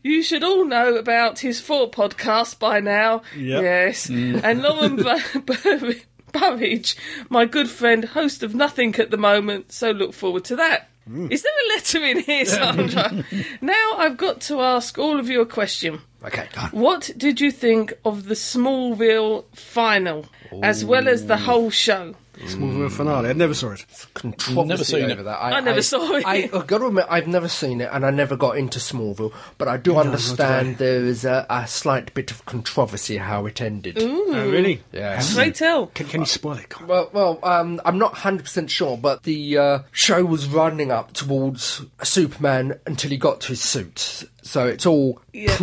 S5: you should all know about his four podcasts by now. Yes. And Lauren Bur- Bur- Burridge, my good friend, host of Nothing at the moment, so look forward to that. Is there a letter in here, Sandra? now I've got to ask all of you a question.
S8: Okay, done.
S5: What did you think of the Smallville final, as well as the whole show?
S4: Smallville finale. I never saw it.
S8: Controversy
S1: Never seen
S8: over
S1: it.
S8: that. I,
S5: I never saw it.
S8: I, I've got to admit, I've never seen it, and I never got into Smallville. But I do understand there is a, a slight bit of controversy how it ended.
S4: Oh, really?
S8: Yes.
S5: Pray tell.
S4: Can, can you spoil it? God.
S8: Well, well, um, I'm not 100% sure, but the uh, show was running up towards Superman until he got to his suit. So it's all
S5: Yeah.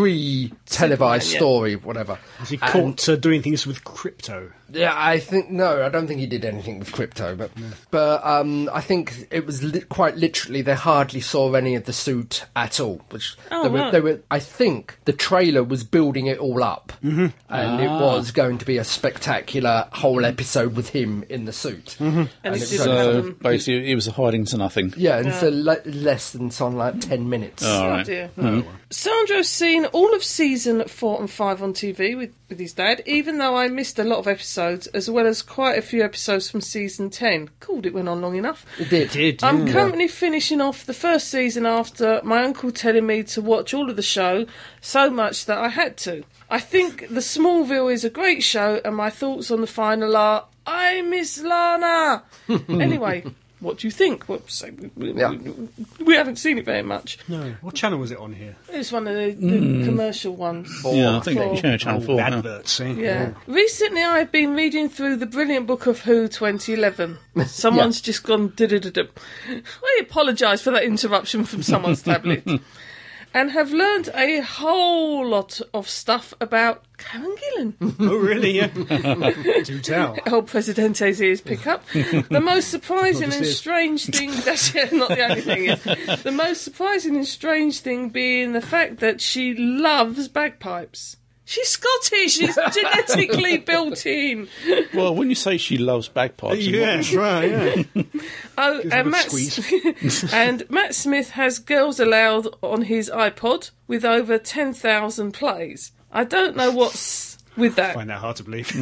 S8: pre-televised
S5: Superman, yeah.
S8: story, whatever.
S4: Is he
S8: And-
S4: caught uh, doing things with crypto?
S8: Yeah, I think no, I don't think he did anything with crypto, but but um, I think it was li- quite literally they hardly saw any of the suit at all. Which
S5: Oh,
S8: they, were,
S5: right.
S8: they were, I think the trailer was building it all up, mm-hmm. and it
S5: Ah.
S8: was going to be a spectacular whole episode with him in the suit. Mm-hmm.
S5: And, it
S8: it's
S5: didn't
S8: so-
S5: happen.
S1: So basically, he was hiding to nothing.
S8: Yeah, and so le- less than some like ten minutes.
S5: Oh,
S1: right.
S5: dear. Sandro's seen all of season four and five on TV with, with his dad, even though I missed a lot of episodes, as well as quite a few episodes from season 10. Called it went on long enough.
S8: It did.
S4: did.
S5: I'm currently finishing off the first season after my uncle telling me to watch all of the show so much that I had to. I think The Smallville is a great show, and my thoughts on the final are I miss Lana! anyway, what do you think? Well, so we, we,
S8: Yeah.
S5: we, we haven't seen it very much.
S4: No. What channel was it on here?
S5: It was one of the, the commercial ones.
S1: Yeah, I think
S5: Four.
S1: yeah, Channel Four. yeah.
S4: Adverts, eh?
S5: Yeah. Recently, I've been reading through the brilliant book of Who 2011. Someone's just gone. da-da-da-da. I apologise for that interruption from someone's tablet. And have learned a whole lot of stuff about Karen Gillan.
S4: Oh, really? Yeah. Do tell.
S5: El Presidente's ears pick up. The most surprising and strange thing that's yeah, not the only thing. yeah. The most surprising and strange thing being the fact that she loves bagpipes. She's Scottish. She's genetically built in.
S1: Well, when you say she loves bagpipes,
S4: Yes, right. Yeah.
S5: Oh, and
S4: a
S5: Matt, S- and Matt Smith has Girls Aloud on his iPod with over 10,000 plays. I don't know what's with that.
S4: Find that hard to believe.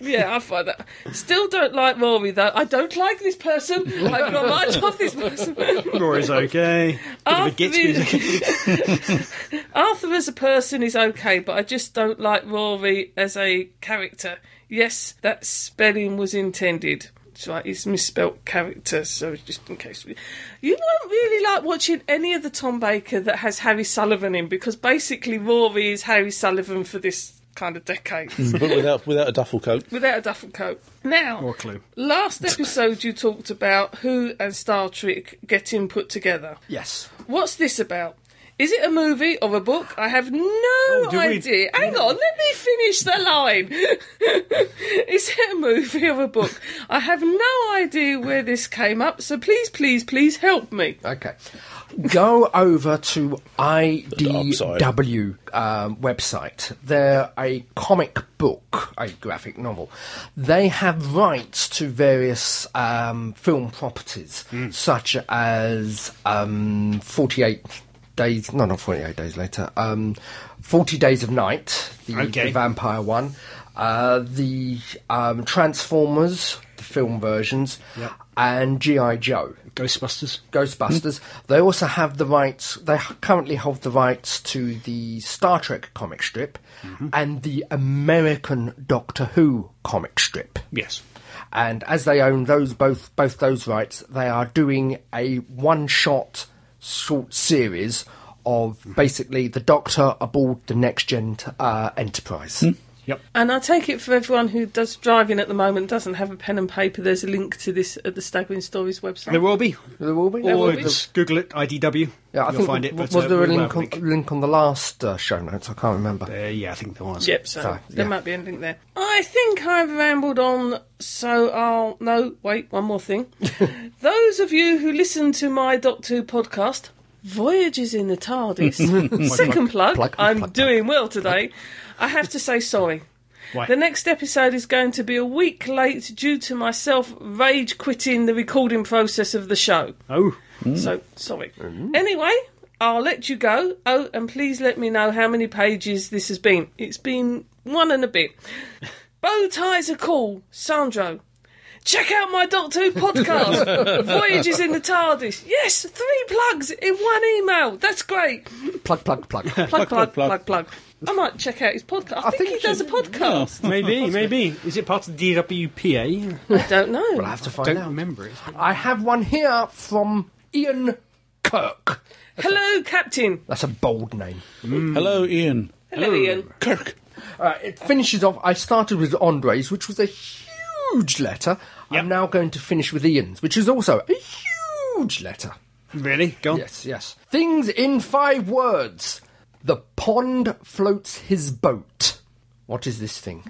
S5: Yeah, I find that. Still don't like Rory, though. I don't like this person. I've got right off this person.
S4: Rory's okay. Bit of a
S5: Arthur
S4: gits
S5: is-
S4: music.
S5: Arthur as a person is okay, but I just don't like Rory as a character. Yes, that spelling was intended. It's right, it's misspelt character, so just in case. We... You won't really like watching any of the Tom Baker that has Harry Sullivan in, because basically Rory is Harry Sullivan for this kind of decade,
S1: but without without a duffel coat.
S5: without a duffel coat. Now,
S4: Hmm. Or a clue.
S5: last episode you talked about Who and Star Trek getting put together.
S8: Yes.
S5: What's this about? Is it a movie or a book? I have no
S4: Oh, do we-
S5: idea. Hang on, let me finish the line. Is it a movie or a book? I have no idea where this came up, so please, please, please help me.
S8: Okay. Go over to
S1: dark
S8: IDW um, website. They're a comic book, a graphic novel. They have rights to various um, film properties, such as um, 48 Days, no, not 48 Days Later, um, 40 Days of Night, the,
S4: Okay.
S8: the vampire one, uh, the um, Transformers, the film versions. and G.I. Joe.
S4: Ghostbusters.
S8: Ghostbusters. They also have the rights. They h- currently hold the rights to the Star Trek comic strip
S4: Mm-hmm.
S8: and the American Doctor Who comic strip.
S4: Yes.
S8: And as they own those both both those rights, they are doing a one shot short series of
S4: Mm-hmm.
S8: basically the Doctor aboard the next gen t- uh, Enterprise.
S4: Hmm.
S5: And I take it for everyone who does driving at the moment doesn't have a pen and paper. There's a link to this at the Staggering Stories website.
S4: There will be.
S8: There will be.
S5: There will
S4: Or
S5: be.
S4: just Google it, IDW.
S8: Yeah, I
S4: You'll
S8: think
S4: find it. But,
S8: was
S4: uh,
S8: there a
S4: we will
S8: link
S4: have
S8: on, link on the last uh, show notes? I can't remember.
S4: Uh, yeah, I think there was.
S5: Yep, so
S8: So,
S5: there
S8: yeah.
S5: might be anything there. I think I've rambled on, so I'll. No, wait, one more thing. Those of you who listen to my Doctor Who podcast, Voyages in the TARDIS, second plug,
S8: plug,
S5: I'm
S8: plug,
S5: doing well today. I have to say sorry.
S4: Why?
S5: The next episode is going to be a week late due to myself rage quitting the recording process of the show.
S4: Oh,
S5: So sorry. Anyway, I'll let you go. Oh, and please let me know how many pages this has been. It's been one and a bit. Bow ties are cool, Sandro. Check out my Doctor Who podcast, Voyages in the TARDIS. Yes, three plugs in one email. That's great.
S8: Plug, plug, plug.
S5: Plug, plug, plug, plug. I might check out his podcast. I, think,
S8: think you
S5: he does a
S8: should.
S5: podcast.
S4: maybe, maybe. Is it part of the DWPA?
S5: I don't know.
S8: I have to find
S4: Don't
S8: out.
S4: remember it.
S8: I have one here from Ian Kirk.
S5: Hello, Captain.
S8: That's a bold name.
S1: Hello, Ian.
S5: Hello, Ian.
S1: Kirk.
S8: Uh, it finishes off. I started with Andres, which was a huge letter. I'm now going to finish with Ian's, which is also a huge letter.
S4: Really? Go on.
S8: Yes, yes. Things in five words. The pond floats his boat. What is this thing?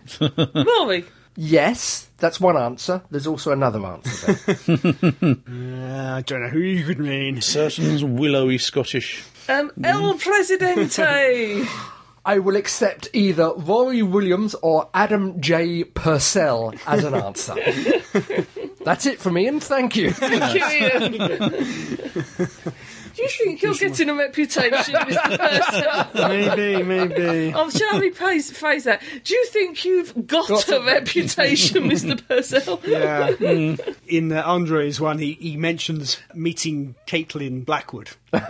S5: Rory.
S8: Yes, that's one answer. There's also another answer. There.
S4: Uh, I don't know who you could mean.
S1: Certain willowy Scottish.
S5: Um, El Presidente.
S8: I will accept either Rory Williams or Adam J. Purcell as an answer. That's it from Ian. Thank you.
S5: Thank you, Ian. Do you think you're getting a reputation, Mr. Purcell?
S4: Maybe, maybe.
S5: Oh, shall I rephrase phrase that? Do you think you've got, a reputation, Mr. Purcell?
S4: Yeah.
S8: Hmm.
S4: In uh, Andre's one, he, he mentions meeting Caitlin Blackwood, who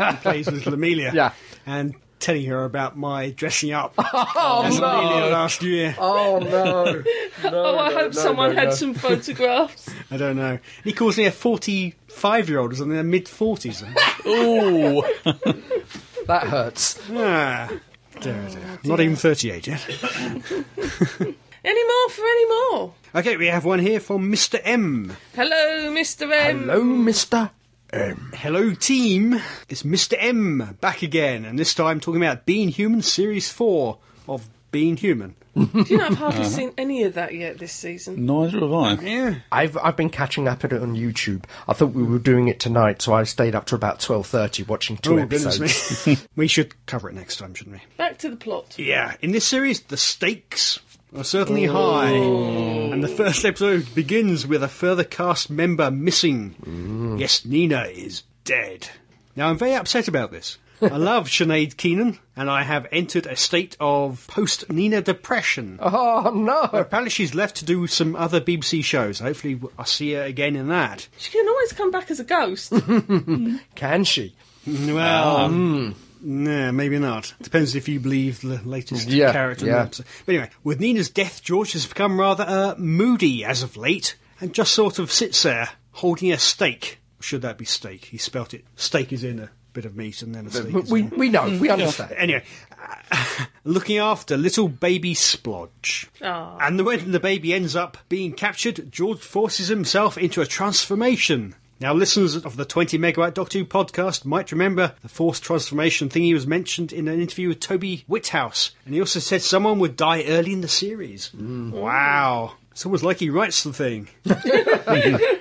S4: plays Little Amelia,
S8: Yeah.
S4: and telling her about my dressing up as Amelia last year.
S8: Oh no.
S5: oh, I hope someone had some photographs.
S4: I don't know. He calls me a 45 year old or something, mid 40s.
S1: Ooh.
S8: That hurts.
S4: ah. Dear, dear.
S8: Oh,
S4: Not even 38 yet.
S5: Any more for any more?
S4: Okay, we have one here from Mr. M.
S5: Hello, Mr. M.
S8: Hello, Mister.
S4: Hello, team. It's Mr. M back again, and this time talking about Being Human Series 4 of Being Human.
S5: Do you know I've hardly seen any of that yet this season?
S1: Neither have I.
S4: Yeah.
S8: I've I've been catching up at it on YouTube. I thought we were doing it tonight, so I stayed up to about twelve thirty watching two
S4: Oh,
S8: episodes.
S4: goodness me. we should cover it next time, shouldn't we?
S5: Back to the plot.
S4: Yeah. In this series, the stakes are certainly high. And the first episode begins with a further cast member missing. Yes, Nina is dead. Now, I'm very upset about this. I love Sinead Keenan, and I have entered a state of post Nina depression.
S8: Oh no!
S4: Apparently, she's left to do some other BBC shows. Hopefully, I see her again in that.
S5: She can always come back as a ghost.
S8: Can she?
S4: Well,
S8: Um,
S4: no, maybe not. Depends if you believe the latest
S8: Yeah,
S4: character. in
S8: yeah.
S4: the episode. But anyway, with Nina's death, George has become rather uh, moody as of late, and just sort of sits there holding a steak. Should that be steak? He spelt it. Steak is in a bit of meat, and then a steak. is
S8: We
S4: in.
S8: we know. We understand.
S4: Anyway, looking after little baby Splodge.
S5: Aw.
S4: And the when the baby ends up being captured, George forces himself into a transformation. Now, listeners of the 20 Megawatt Doctor Who podcast might remember the forced transformation thing he was mentioned in an interview with Toby Whithouse, and he also said someone would die early in the series. Wow. It's almost like he writes the thing.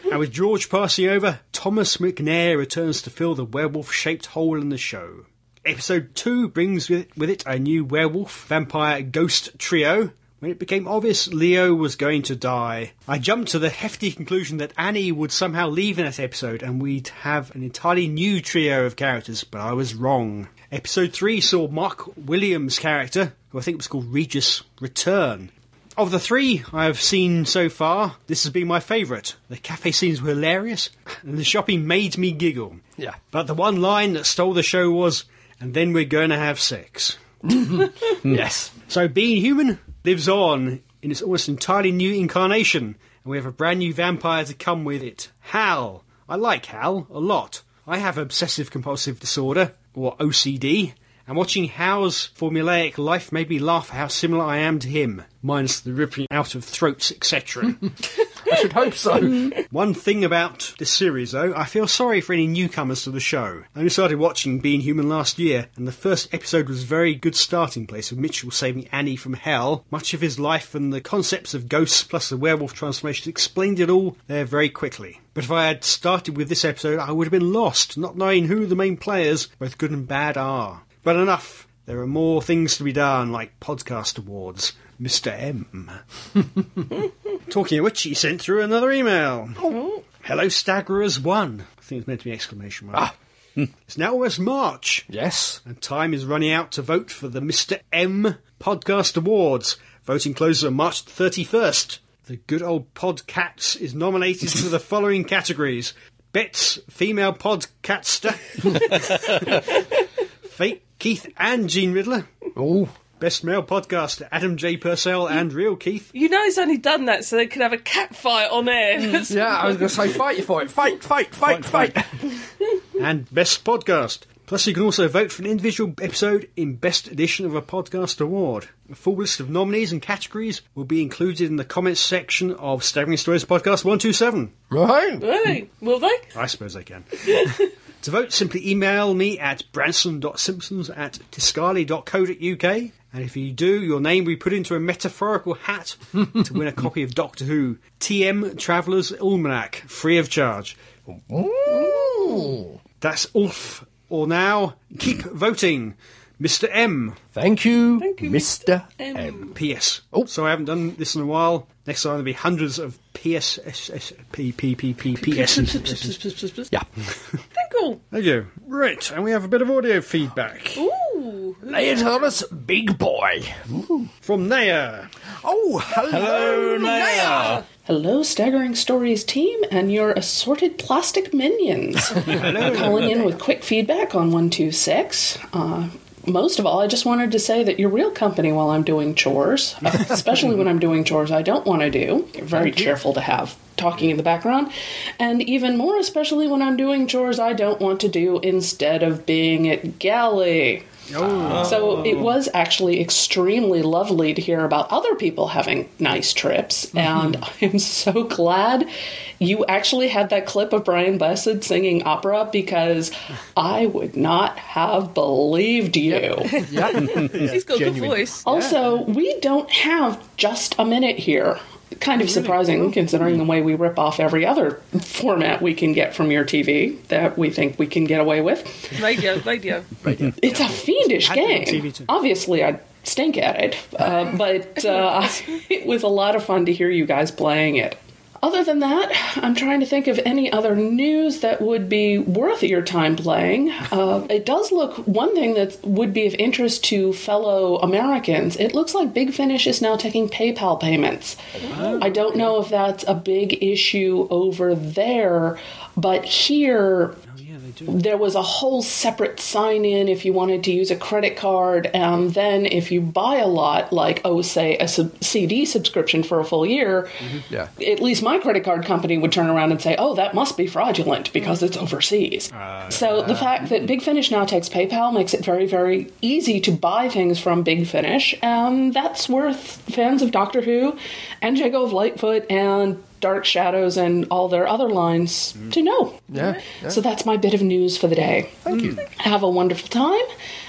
S4: And with George passing over, Thomas McNair returns to fill the werewolf shaped hole in the show. Episode 2 brings with, with it a new werewolf vampire ghost trio. When it became obvious Leo was going to die, I jumped to the hefty conclusion that Annie would somehow leave in that episode and we'd have an entirely new trio of characters, but I was wrong. Episode 3 saw Mark Williams' character, who I think was called Regis, return. Of the three I have seen so far, this has been my favourite. The cafe scenes were hilarious, and the shopping made me giggle.
S8: Yeah.
S4: But the one line that stole the show was, and then we're going to have sex.
S8: Yes.
S4: So being human lives on in its almost entirely new incarnation, and we have a brand new vampire to come with it. Hal. I like Hal a lot. I have obsessive compulsive disorder, or OCD, and watching Hal's formulaic life made me laugh at how similar I am to him, minus the ripping out of throats, etc.
S8: I should hope
S4: Mm-hmm.
S8: so.
S4: One thing about this series, though, I feel sorry for any newcomers to the show. I only started watching Being Human last year, and the first episode was a very good starting place of Mitchell saving Annie from hell. Much of his life and the concepts of ghosts plus the werewolf transformation explained it all there very quickly. But if I had started with this episode, I would have been lost, not knowing who the main players, both good and bad, are. But enough. There are more things to be done, like podcast awards. Mr. M. Talking of which, he sent through another email. Hello, Staggerers One. I think it's meant to be exclamation mark. it's now almost March,
S8: yes.
S4: and time is running out to vote for the Mr. M Podcast Awards. Voting closes on March the 31st. The good old Podcats is nominated for the following categories Bets, Female Podcatster, Fake Keith and Gene Riddler,
S8: Oh,
S4: Best Male Podcaster, Adam J. Purcell and Real Keith.
S10: You know he's only done that so they could have a cat fight on air.
S8: yeah. I was going to say, fight you for it. Fight, fight, fight, fight.
S4: and Best Podcast. Plus, you can also vote for an individual episode in Best Edition of a Podcast Award. A full list of nominees and categories will be included in the comments section of Staggering Stories Podcast 127.
S8: right.
S10: Will they? Will they?
S4: I suppose I can. to vote, simply email me at branson.simpsons at tiscali.co.uk. And if you do, your name will be put into a metaphorical hat to win a copy of Doctor Who TM Traveller's Almanac, free of charge.
S8: Ooh.
S4: That's Ulf or now. Keep voting. Mr. M.
S8: Thank you,
S10: you,
S8: Mr.
S10: M.
S8: M.
S4: P.S.
S8: Oh.
S4: So I haven't done this in a while. Next time there'll be hundreds of P.S. S- S- P- P- P- P- P.S.
S8: Yeah.
S10: Tinkle.
S4: Thank you. Right, and we have a bit of audio feedback
S10: Ooh.
S8: Lay it on us, big boy.
S4: from Naya.
S8: Oh, hello, Naya.
S5: Hello, Staggering Stories team and your assorted plastic minions. Calling in with quick feedback on 126. Uh, most of all, I just wanted to say that you're real company while I'm doing chores, uh, especially when I'm doing chores I don't want to do. You're very cheerful to have talking in the background, and even more especially when I'm doing chores I don't want to do instead of being at galley. So it was actually extremely lovely to hear about other people having nice trips, and I'm so glad you actually had that clip of Brian Blessed singing opera because I would not have believed you.
S10: He's got a good voice.
S5: Also, we don't have just a minute here. Kind of surprising considering the way we rip off every other format we can get from your TV that we think we can get away with.
S10: Radio, radio.
S5: It's a fiendish
S4: Had been on
S5: game.
S4: TV too.
S5: Obviously, I stink at it, uh, but uh, it was a lot of fun to hear you guys playing it. Other than that, I'm trying to think of any other news that would be worth your time playing. Uh, it does look one thing that would be of interest to fellow Americans. It looks like Big Finish is now taking PayPal payments. I don't know if that's a big issue over there, but here there was a whole separate sign in if you wanted to use a credit card and then if you buy a lot like oh say a sub- cd subscription for a full year
S8: Yeah.
S5: at least my credit card company would turn around and say oh that must be fraudulent because it's overseas so the fact that big finish now takes paypal makes it very very easy to buy things from big finish and that's worth fans of doctor who and jago of lightfoot and dark shadows and all their other lines to know
S8: Yeah.
S5: so that's my bit of news for the day. Thank you. Have a wonderful time,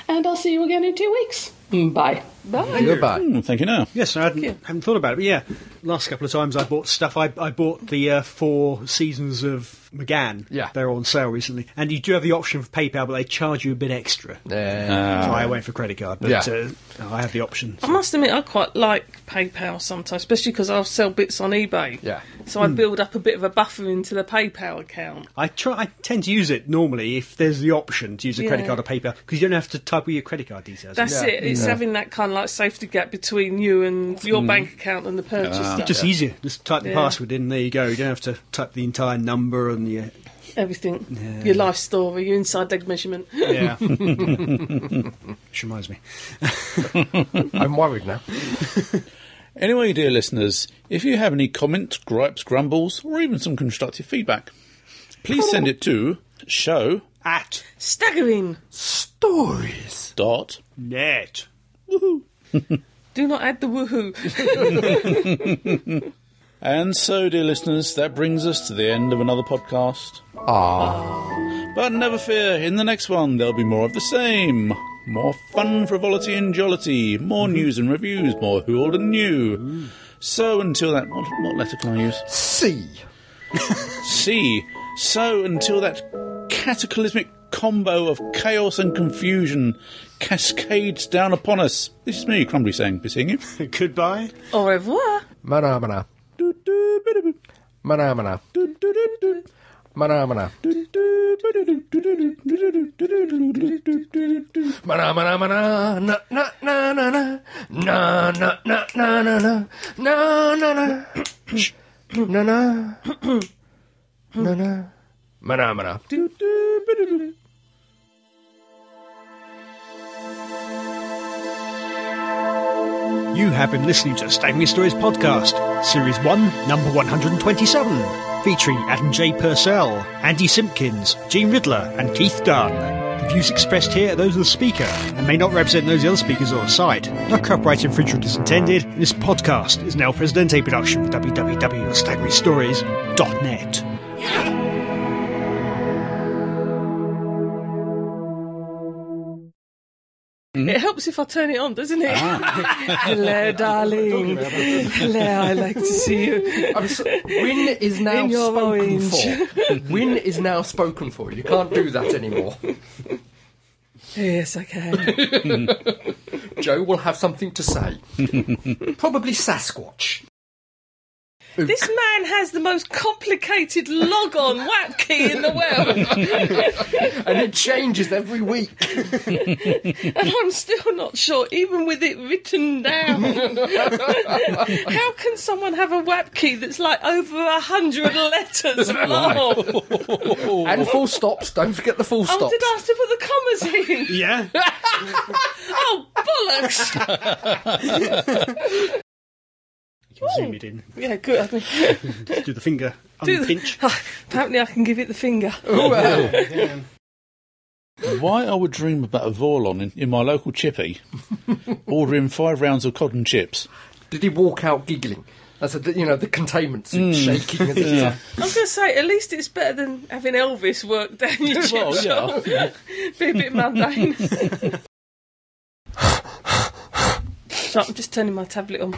S5: and I'll see you again in two weeks. Bye.
S10: Bye.
S8: Goodbye.
S1: Hmm, thank you now.
S4: Yes, I hadn't, hadn't thought about it, but yeah, last couple of times I bought stuff. I, I bought the uh, four seasons of McGann.
S8: Yeah.
S4: They're on sale recently. And you do have the option for PayPal, but they charge you a bit extra.
S8: Uh, Yeah.
S4: So I went for credit card, but
S8: Yeah.
S4: uh, I have the option.
S10: I must admit, I quite like PayPal sometimes, especially because I'll sell bits on eBay.
S8: Yeah.
S10: So I build up a bit of a buffer into the PayPal account.
S4: I try. I tend to use it normally if there's the option to use a credit
S10: Yeah.
S4: card or PayPal because you don't have to type all your credit card details. in.
S10: That's it. It's having that kind kind of like safety gap between you and your bank account and the purchase. stuff.
S4: Just easier. Just type the
S10: Yeah.
S4: password in. There you go. You don't have to type the entire number and the.
S10: Everything. Your life story, your inside leg measurement.
S4: Yeah. Which reminds me.
S8: I'm worried now.
S1: Anyway, dear listeners, if you have any comments, gripes, grumbles, or even some constructive feedback, please send it to show
S4: At
S10: Staggering.
S8: Stories.
S1: dot
S4: net.
S10: Do not add the woohoo.
S1: And so, dear listeners, that brings us to the end of another podcast. Ah. But never fear, in the next one, there'll be more of the same. More fun, frivolity, and jollity. More news and reviews. More who old and new. So until that. What, what letter can I use?
S8: C.
S1: C. So until that cataclysmic combo of chaos and confusion cascades down upon us. This is me, Crumbly, saying, be seeing you.
S4: Goodbye.
S10: Au revoir.
S8: Manamana. Manamana. Manamana. Manamana. Manamana. Na na na na na na na na na na na na na na na na na Manamana.
S4: You have been listening to Staggering Stories Podcast, Series 1, Number 127, featuring Adam J. Purcell, Andy Simpkins, Gene Riddler, and Keith Dunn. The views expressed here are those of the speaker and may not represent those of the other speakers or the site. No copyright infringement is intended, and this podcast is an El Presidente production for www.staggeringstories.net.
S10: It helps if I turn it on, doesn't it? Hello, darling. Hello, I like to see you.
S8: I'm so- Win is now
S10: In your
S8: spoken
S10: orange.
S8: for. Win is now spoken for. You can't do that anymore.
S10: Yes, I can.
S8: Joe will have something to say. Probably Sasquatch.
S10: This man has the most complicated log on WAP key in the world,
S8: And it changes every week.
S10: and I'm still not sure, even with it written down. How can someone have a WAP key that's like over a hundred letters long?
S8: And full stops. Don't forget the full
S10: Oh,
S8: stops.
S10: did I have to put the commas in?
S4: Yeah?
S10: Oh, bollocks!
S4: Zoom it in.
S10: yeah, good. I mean,
S4: Just do the finger
S10: do the- Ah,
S4: unpinch.
S10: apparently, I Oh. can give it the finger.
S1: Why I would dream about a Vorlon in, in my local chippy, ordering five rounds of cotton chips.
S8: Did he walk out giggling? That's a, you know the containment suit shaking. As it's
S10: I was going to say, at least it's better than having Elvis work down your chip
S1: Well,
S10: shop. Be a bit mundane. so I'm just turning my tablet on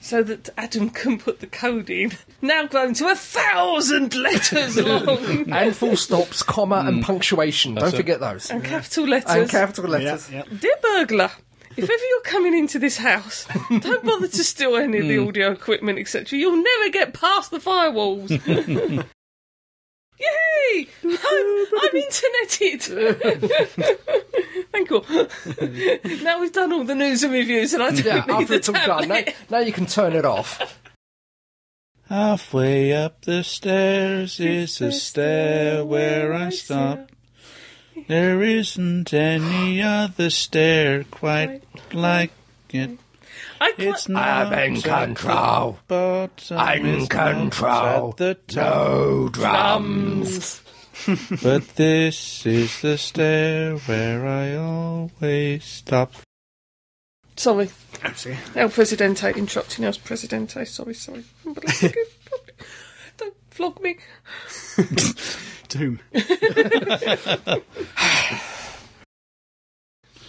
S10: so that Adam can put the code in. Now grown to a thousand letters long
S8: and full stops, comma and punctuation. don't forget those.
S10: and capital letters.
S8: And capital
S4: Yeah,
S8: letters.
S4: yeah.
S10: Dear burglar, if ever you're coming into this house, don't bother to steal any of the
S8: Hmm.
S10: audio equipment, etc. You'll never get past the firewalls. Yay! I'm, I'm interneted. Thank you. now we've done all the news and reviews, and I don't
S8: Yeah,
S10: need
S8: after
S10: the
S8: it's all done, now,
S10: tablet.
S8: now you can turn it off.
S1: Halfway up the stairs is a stair where I stop. There isn't any other stair quite like it.
S10: I can't-
S1: It's not
S8: in
S1: at the
S8: control.
S1: bottom,
S8: I'm in
S1: it's not
S8: control.
S1: At the top.
S8: No
S10: Um,
S8: drums.
S1: But this is the stair where I always stop.
S10: Sorry,
S4: Absolutely.
S10: El Presidente interrupting El Presidente. Sorry, sorry. But let's go. Don't flog me.
S4: To whom?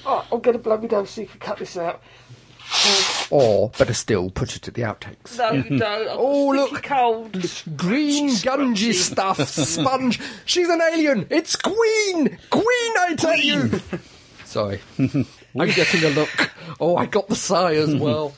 S10: Oh, I'm going to blow me down so you can cut this out.
S8: Or better still, put it at the outtakes.
S10: No, you don't. I'm
S8: Oh,
S10: sticky
S8: look.
S10: cold.
S8: Green gungy stuff, sponge. She's an alien. It's Queen. Queen, I tell you. Sorry, I'm getting a look. Oh, I got the sigh as well.